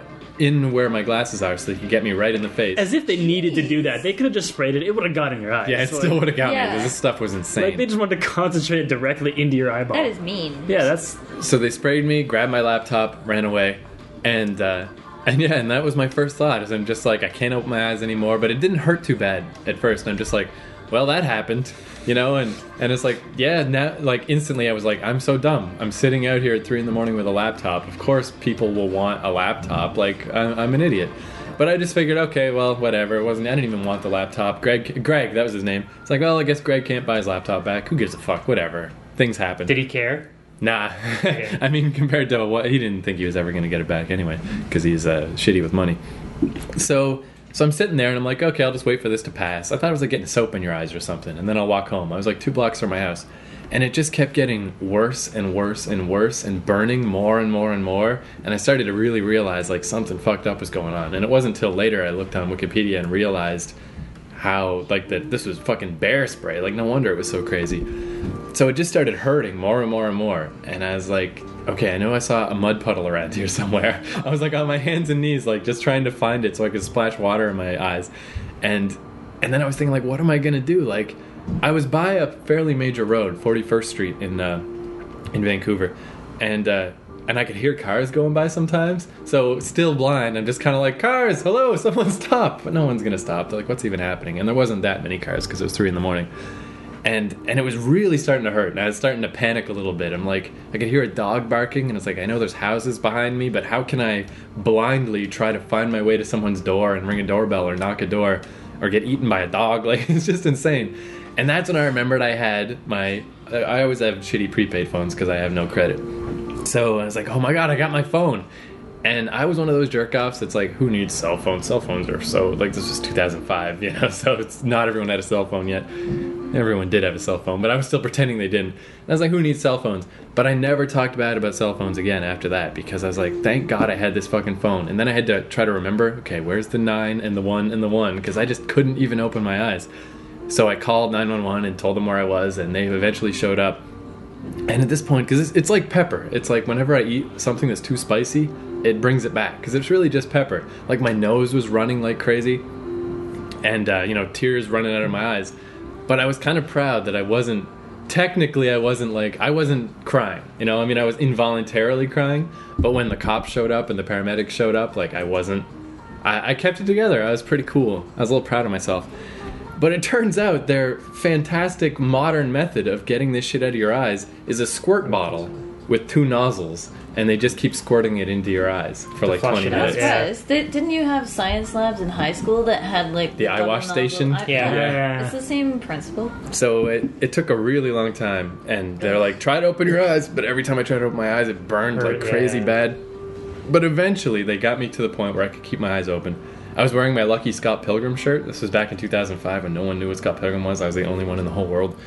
Speaker 3: in where my glasses are, so they could get me right in the face.
Speaker 1: As if they needed to do that. They could have just sprayed it. It would have got in your eyes.
Speaker 3: Yeah, it
Speaker 1: Like-
Speaker 3: still would have got me
Speaker 2: Yeah.
Speaker 3: 'cause This stuff was insane.
Speaker 1: Like they just wanted to concentrate it directly into your eyeball.
Speaker 2: That is mean.
Speaker 1: yeah, that's
Speaker 3: so they sprayed me, grabbed my laptop, ran away, and uh, and yeah, and that was my first thought. Is I'm just like I can't open my eyes anymore. But it didn't hurt too bad at first. I'm just like, well, that happened, you know. And and it's like yeah, now like instantly I was like, I'm so dumb. I'm sitting out here at three in the morning with a laptop. Of course, people will want a laptop. Like I'm, I'm an idiot. But I just figured, okay, well, whatever. It wasn't. I didn't even want the laptop. Greg, Greg, that was his name. It's like, well, I guess Greg can't buy his laptop back. Who gives a fuck? Whatever. Things happen.
Speaker 4: Did he care?
Speaker 3: Nah, I mean compared to what he didn't think he was ever going to get it back anyway because he's uh, shitty with money. So so I'm sitting there and I'm like, okay, I'll just wait for this to pass. I thought it was like getting soap in your eyes or something, and then I'll walk home. I was like two blocks from my house, and it just kept getting worse and worse and worse and burning more and more and more. And I started to really realize like something fucked up was going on. And it wasn't until later I looked on Wikipedia and realized how like that this was fucking bear spray. Like no wonder it was so crazy. So it just started hurting more and more and more. And I was like, okay, I know I saw a mud puddle around here somewhere. I was like on my hands and knees, like just trying to find it so I could splash water in my eyes. And and then I was thinking like, what am I gonna do? Like I was by a fairly major road, 41st Street in uh, in Vancouver, and uh, and I could hear cars going by sometimes. So still blind, I'm just kind of like, cars, hello, someone stop. But no one's gonna stop. They're like, what's even happening? And there wasn't that many cars because it was three in the morning. And, and it was really starting to hurt, and I was starting to panic a little bit. I'm like, I could hear a dog barking, and it's like, I know there's houses behind me, but how can I blindly try to find my way to someone's door and ring a doorbell or knock a door or get eaten by a dog? Like, it's just insane. And that's when I remembered I had my. I- I always have shitty prepaid phones because I have no credit. So I was like, oh my god, I got my phone. And I was one of those jerk offs that's like, who needs cell phones? Cell phones are so. Like, this was 2005, you know? So it's not everyone had a cell phone yet. Everyone did have a cell phone, but I was still pretending they didn't. And I was like, who needs cell phones? But I never talked bad about cell phones again after that because I was like, thank God I had this fucking phone. And then I had to try to remember, okay, where's the nine and the one and the one? Because I just couldn't even open my eyes. So I called 911 and told them where I was, and they eventually showed up. And at this point, because it's, it's like pepper, it's like whenever I eat something that's too spicy, it brings it back because it's really just pepper. Like my nose was running like crazy, and uh, you know tears running out of my eyes. But I was kind of proud that I wasn't. Technically, I wasn't like I wasn't crying. You know, I mean, I was involuntarily crying. But when the cops showed up and the paramedics showed up, like I wasn't. I, I kept it together. I was pretty cool. I was a little proud of myself. But it turns out their fantastic modern method of getting this shit out of your eyes is a squirt bottle with two nozzles, and they just keep squirting it into your eyes for like
Speaker 4: flush
Speaker 3: 20
Speaker 4: it out,
Speaker 2: I'm
Speaker 3: minutes.
Speaker 4: yeah.
Speaker 2: surprised. Di- Didn't you have science labs in high school that had like
Speaker 3: The eye
Speaker 2: double
Speaker 3: wash
Speaker 2: nozzle-
Speaker 3: station?
Speaker 2: eye-
Speaker 4: Yeah.
Speaker 1: Yeah.
Speaker 2: It's the same principle.
Speaker 3: So it, it took a really long time, and they're like, try to open your eyes, but every time I tried to open my eyes, it burned like
Speaker 4: Hurt, yeah.
Speaker 3: crazy bad. But eventually, they got me to the point where I could keep my eyes open. I was wearing my Lucky Scott Pilgrim shirt. This was back in 2005 when no one knew what Scott Pilgrim was. I was the only one in the whole world.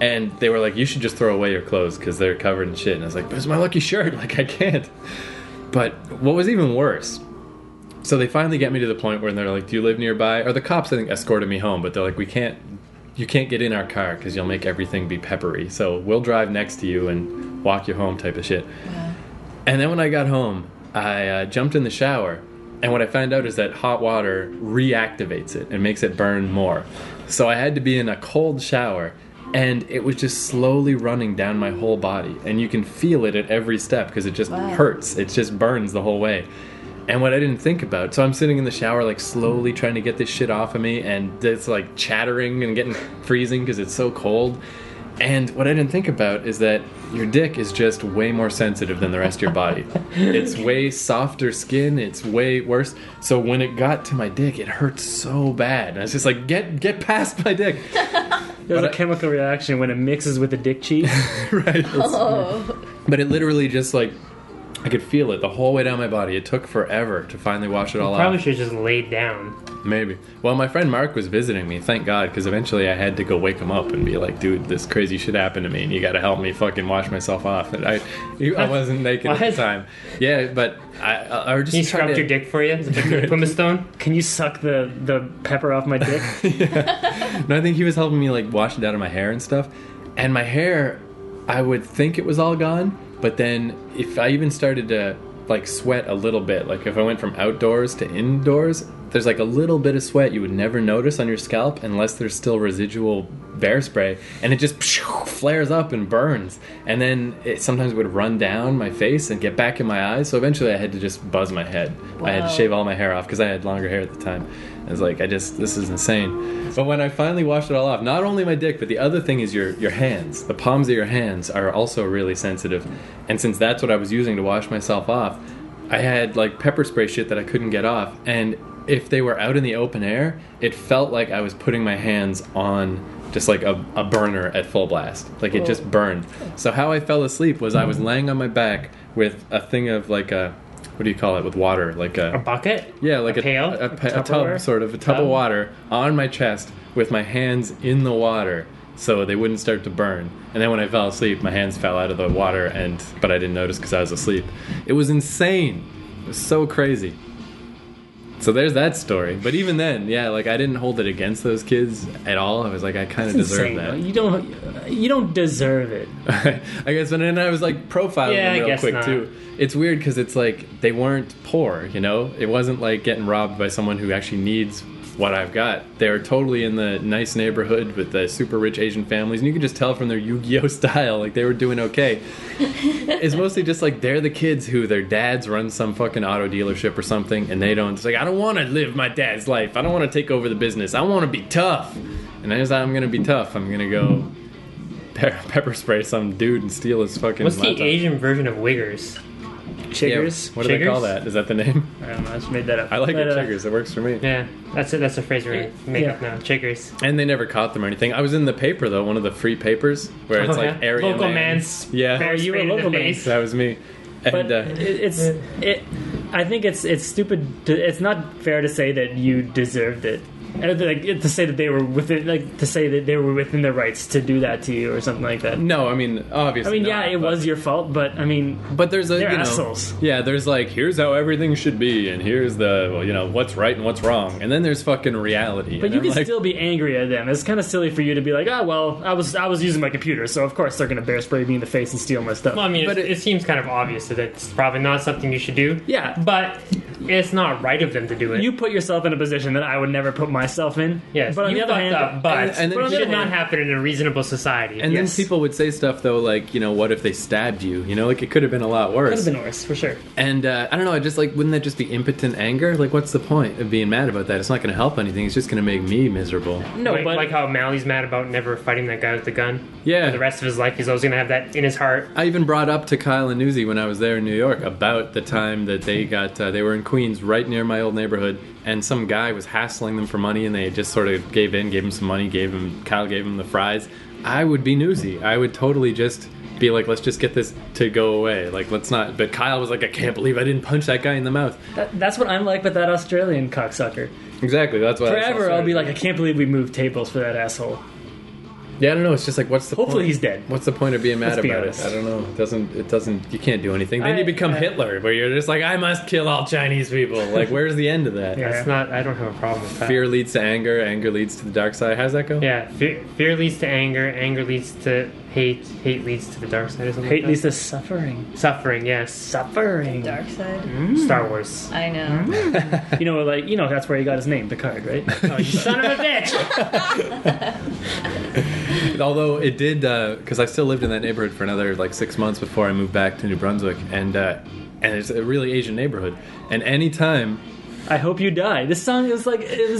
Speaker 3: And they were like, you should just throw away your clothes because they're covered in shit. And I was like, but it's my lucky shirt. Like, I can't. But what was even worse so they finally get me to the point where they're like, "Do you live nearby?" Or the cops, I think, escorted me home, but they're like, "We can't, you can't get in our car because you'll make everything be peppery. So we'll drive next to you and walk you home," type of shit. And then when I got home, I uh, jumped in the shower, and what I found out is that hot water reactivates it and makes it burn more. So I had to be in a cold shower, and it was just slowly running down my whole body, and you can feel it at every step because it just
Speaker 2: Wow.
Speaker 3: hurts. It just burns the whole way. And what I didn't think about, so I'm sitting in the shower, like slowly trying to get this shit off of me, and it's like chattering and getting freezing because it's so cold. And what I didn't think about is that your dick is just way more sensitive than the rest of your body. it's way softer skin. It's way worse. So when it got to my dick, it hurt so bad. And I was just like, get get past my dick.
Speaker 1: There's
Speaker 3: But
Speaker 1: a
Speaker 3: I-
Speaker 1: chemical reaction when it mixes with the dick cheese.
Speaker 3: right.
Speaker 2: Oh,
Speaker 3: But it literally just like I could feel it the whole way down my body. It took forever to finally wash it all
Speaker 4: Probably
Speaker 3: off.
Speaker 4: should have just laid down.
Speaker 3: Maybe. Well, my friend Mark was visiting me, thank God, because eventually I had to go wake him up and be like, dude, this crazy shit happened to me, and you gotta help me fucking wash myself off. And I, I wasn't naked at
Speaker 4: What?
Speaker 3: the time. Yeah, but I, I, I was just
Speaker 4: He
Speaker 3: trying
Speaker 4: scrubbed
Speaker 3: to-
Speaker 4: your dick for you. Puma stone.
Speaker 1: Can you suck the, the pepper off my dick?
Speaker 3: No, I think he was helping me like wash it out of my hair and stuff. And my hair, I would think it was all gone, but then if I even started to like sweat a little bit, like if I went from outdoors to indoors, there's like a little bit of sweat you would never notice on your scalp unless there's still residual bear spray, and it just flares up and burns. And then it sometimes would run down my face and get back in my eyes. So eventually, I had to just buzz my head. I had to
Speaker 2: Wow.
Speaker 3: shave all my hair off because I had longer hair at the time. I was like, I just this is insane. But when I finally washed it all off, not only my dick, but the other thing is your your hands. The palms of your hands are also really sensitive, and since that's what I was using to wash myself off, I had like pepper spray shit that I couldn't get off, and if they were out in the open air, it felt like I was putting my hands on just like a, a burner at full blast. Like it just burned. So how I fell asleep was I was laying on my back with a thing of like a what do you call it with water like
Speaker 4: A bucket?
Speaker 3: yeah, like
Speaker 4: a,
Speaker 3: a,
Speaker 4: pail?
Speaker 3: a, pa- a
Speaker 1: Tupperware?
Speaker 3: tub, sort of a tub,
Speaker 4: Tub?
Speaker 3: of water on my chest with my hands in the water, so they wouldn't start to burn. And then when I fell asleep, my hands fell out of the water, and but I didn't notice because I was asleep. It was insane. It was so crazy. So there's that story. But even then, yeah, like I didn't hold it against those kids at all. I was like, I kind of deserve
Speaker 1: Insane, though.
Speaker 3: that.
Speaker 1: You don't you don't deserve it.
Speaker 3: I guess, and then I was like profiling
Speaker 4: Yeah,
Speaker 3: them
Speaker 4: I
Speaker 3: real
Speaker 4: guess
Speaker 3: quick
Speaker 4: not.
Speaker 3: too. It's weird because it's like they weren't poor, you know. It wasn't like getting robbed by someone who actually needs what I've got. They're totally in the nice neighborhood with the super rich Asian families, and you can just tell from their Yu Gi Oh style, like they were doing okay. it's mostly just like they're the kids who their dads run some fucking auto dealership or something, and they don't. It's like I don't want to live my dad's life. I don't want to take over the business. I want to be tough. And I decide I'm gonna be tough. I'm gonna go pe- pepper spray some dude and steal his fucking.
Speaker 4: What's the
Speaker 3: laptop.
Speaker 4: Asian version of Wiggers?
Speaker 3: Yeah,
Speaker 1: Chiggers.
Speaker 3: what do they call
Speaker 4: Chiggers?
Speaker 3: that? Is that the name?
Speaker 1: I don't know. I just made that up.
Speaker 3: I like
Speaker 1: But, uh,
Speaker 3: it, chiggers. It works for me.
Speaker 4: Yeah, that's it. That's a phrase we're gonna make up now. Chiggers.
Speaker 3: And they never caught them or anything. I was in the paper though, one of the free papers where it's
Speaker 4: Oh,
Speaker 3: like
Speaker 4: yeah.
Speaker 3: area
Speaker 4: local
Speaker 3: man.
Speaker 4: man's.
Speaker 3: Yeah.
Speaker 4: Bear
Speaker 3: Oh,
Speaker 1: you were
Speaker 4: sprayed in the
Speaker 1: local man.
Speaker 4: face.
Speaker 3: That was me.
Speaker 1: But
Speaker 3: And uh,
Speaker 1: it, it's it. I think it's it's stupid. To, it's not fair to say that you deserved it. And I think, like, to say that they were within, like to say that they were within their rights to do that to you or something like that.
Speaker 3: no, I mean obviously.
Speaker 1: I mean,
Speaker 3: not,
Speaker 1: yeah, it
Speaker 3: but-
Speaker 1: was your fault, but I mean,
Speaker 3: But there's a
Speaker 1: They're
Speaker 3: you know,
Speaker 1: assholes.
Speaker 3: Yeah, there's like here's how everything should be, and here's the well, you know what's right and what's wrong, and then there's fucking reality.
Speaker 1: but
Speaker 3: and
Speaker 1: you
Speaker 3: I'm
Speaker 1: can
Speaker 3: like,
Speaker 1: still be angry at them. It's kind of silly for you to be like, oh well, I was I was using my computer, so of course they're gonna bear spray me in the face and steal my stuff.
Speaker 4: Well, I mean,
Speaker 3: But
Speaker 4: it, it seems kind of obvious that it's probably not something you should do.
Speaker 1: Yeah.
Speaker 4: But it's not right of them to do it.
Speaker 1: you put yourself in a position that I would never put myself in.
Speaker 4: yes,
Speaker 1: but on
Speaker 4: you
Speaker 1: the other
Speaker 4: fucked
Speaker 1: hand,
Speaker 4: up, but
Speaker 3: And- and then
Speaker 4: it
Speaker 1: people-
Speaker 4: should not happen in a reasonable society.
Speaker 3: And
Speaker 1: Yes.
Speaker 3: then people would say stuff though, like you know, what if they stabbed you? You know, like it could have been a lot
Speaker 1: could
Speaker 3: worse.
Speaker 1: have been worse for sure.
Speaker 3: And uh, I don't know, I just like, wouldn't that just be impotent anger? Like, what's the point of being mad about that? It's not going to help anything. It's just going to make me miserable.
Speaker 1: No,
Speaker 4: like,
Speaker 1: but
Speaker 4: like how Malley's mad about never fighting that guy with the gun.
Speaker 3: Yeah.
Speaker 4: For the rest of his life, he's always gonna have that in his heart.
Speaker 3: I even brought up to Kyle and Newsy when I was there in New York about the time that they got uh, they were in Queens, right near my old neighborhood, and some guy was hassling them for money, and they just sort of gave in, gave him some money, gave him Kyle gave him the fries. I would be Newsy. I would totally just be like, let's just get this to go away. Like, let's not. But Kyle was like, I can't believe I didn't punch that guy in the mouth.
Speaker 1: that, that's what I'm like with that Australian cocksucker.
Speaker 3: Exactly. That's why I was
Speaker 1: Forever,
Speaker 3: so
Speaker 1: I'll be
Speaker 3: excited.
Speaker 1: like, I can't believe we moved tables for that asshole.
Speaker 3: Yeah, I don't know. It's just like, what's the
Speaker 1: Hopefully
Speaker 3: point?
Speaker 1: he's dead.
Speaker 3: What's the point of being mad
Speaker 1: Let's be
Speaker 3: about
Speaker 1: honest.
Speaker 3: it? I don't know. It doesn't. It doesn't. You can't do anything. Then
Speaker 1: I-
Speaker 3: you become
Speaker 1: I-
Speaker 3: Hitler, where you're just like, I must kill all Chinese people. Like, where's the end of that?
Speaker 1: Yeah.
Speaker 4: That's not. I don't have a problem with that.
Speaker 3: Fear leads to anger. Anger leads to the dark side. How's that go?
Speaker 4: Yeah. Fear, fear leads to anger. Anger leads to hate. Hate leads to the dark side. or something
Speaker 1: Hate
Speaker 4: like
Speaker 1: leads
Speaker 4: that?
Speaker 1: to suffering.
Speaker 4: suffering. Yes.
Speaker 1: Suffering.
Speaker 2: Dark side.
Speaker 4: Star Wars.
Speaker 2: I know.
Speaker 1: You know, like you know, that's where he got his name, Picard, right?
Speaker 4: Oh, you son of a bitch!
Speaker 3: Although it did, because I still lived in that neighborhood for another like six months before I moved back to New Brunswick, and uh, and it's a really Asian neighborhood. And any time
Speaker 1: I hope you die. This song is like it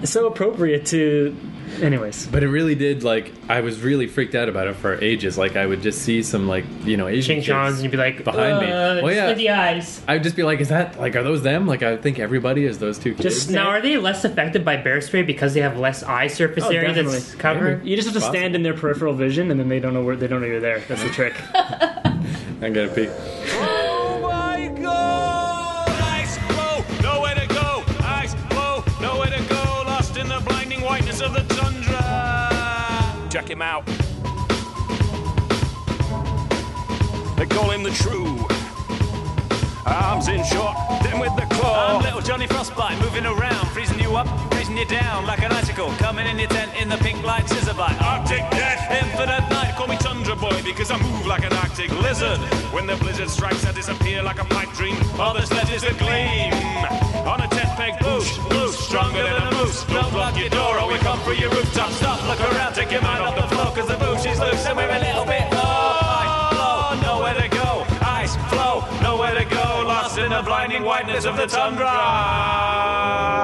Speaker 1: was so appropriate to. Anyways,
Speaker 3: But it really did. Like I was really freaked out about it for ages. Like I would just see some like you know Asian
Speaker 4: Ching
Speaker 3: kids
Speaker 4: Chong's, and you'd be like,
Speaker 3: behind me.
Speaker 4: "Uh,
Speaker 3: Well,
Speaker 4: it's
Speaker 3: yeah.
Speaker 4: with the eyes.
Speaker 3: I'd just be like, is that like are those them? Like I think everybody is those two kids.
Speaker 1: Just-
Speaker 4: Now, are they less affected by bear spray because they have less eye surface
Speaker 1: Oh,
Speaker 4: area that's
Speaker 1: definitely.
Speaker 4: covered?
Speaker 1: you just have to
Speaker 3: Possible.
Speaker 1: stand in their peripheral vision, and then they don't know where they don't know you're there. That's the trick.
Speaker 3: I gotta pee.
Speaker 5: Oh my god! Eyes glow, nowhere to go. Eyes glow, nowhere to go. Lost in the blinding whiteness of the tundra. Check him out. They call him the True. Arms in short, then with the claw.
Speaker 6: I'm little Johnny Frostbite, moving around, freezing you up, freezing you down like an icicle. Coming in your tent in the pink light scissor bite.
Speaker 5: I'll take that.
Speaker 6: Infinite night,
Speaker 5: Call me Tundra Boy because I move like an Arctic lizard. When the blizzard strikes, I disappear like a pipe dream. All the sledges that gleam. On a tent peg, boosh, boosh, stronger than a moose. Don't lock your door or we come through your rooftop. Stop, look around, take your mind off the floor because the boosh is loose and we're a little bit low.
Speaker 6: blow, nowhere to go. Ice flow, nowhere to go. Lost in the blinding whiteness of the tundra.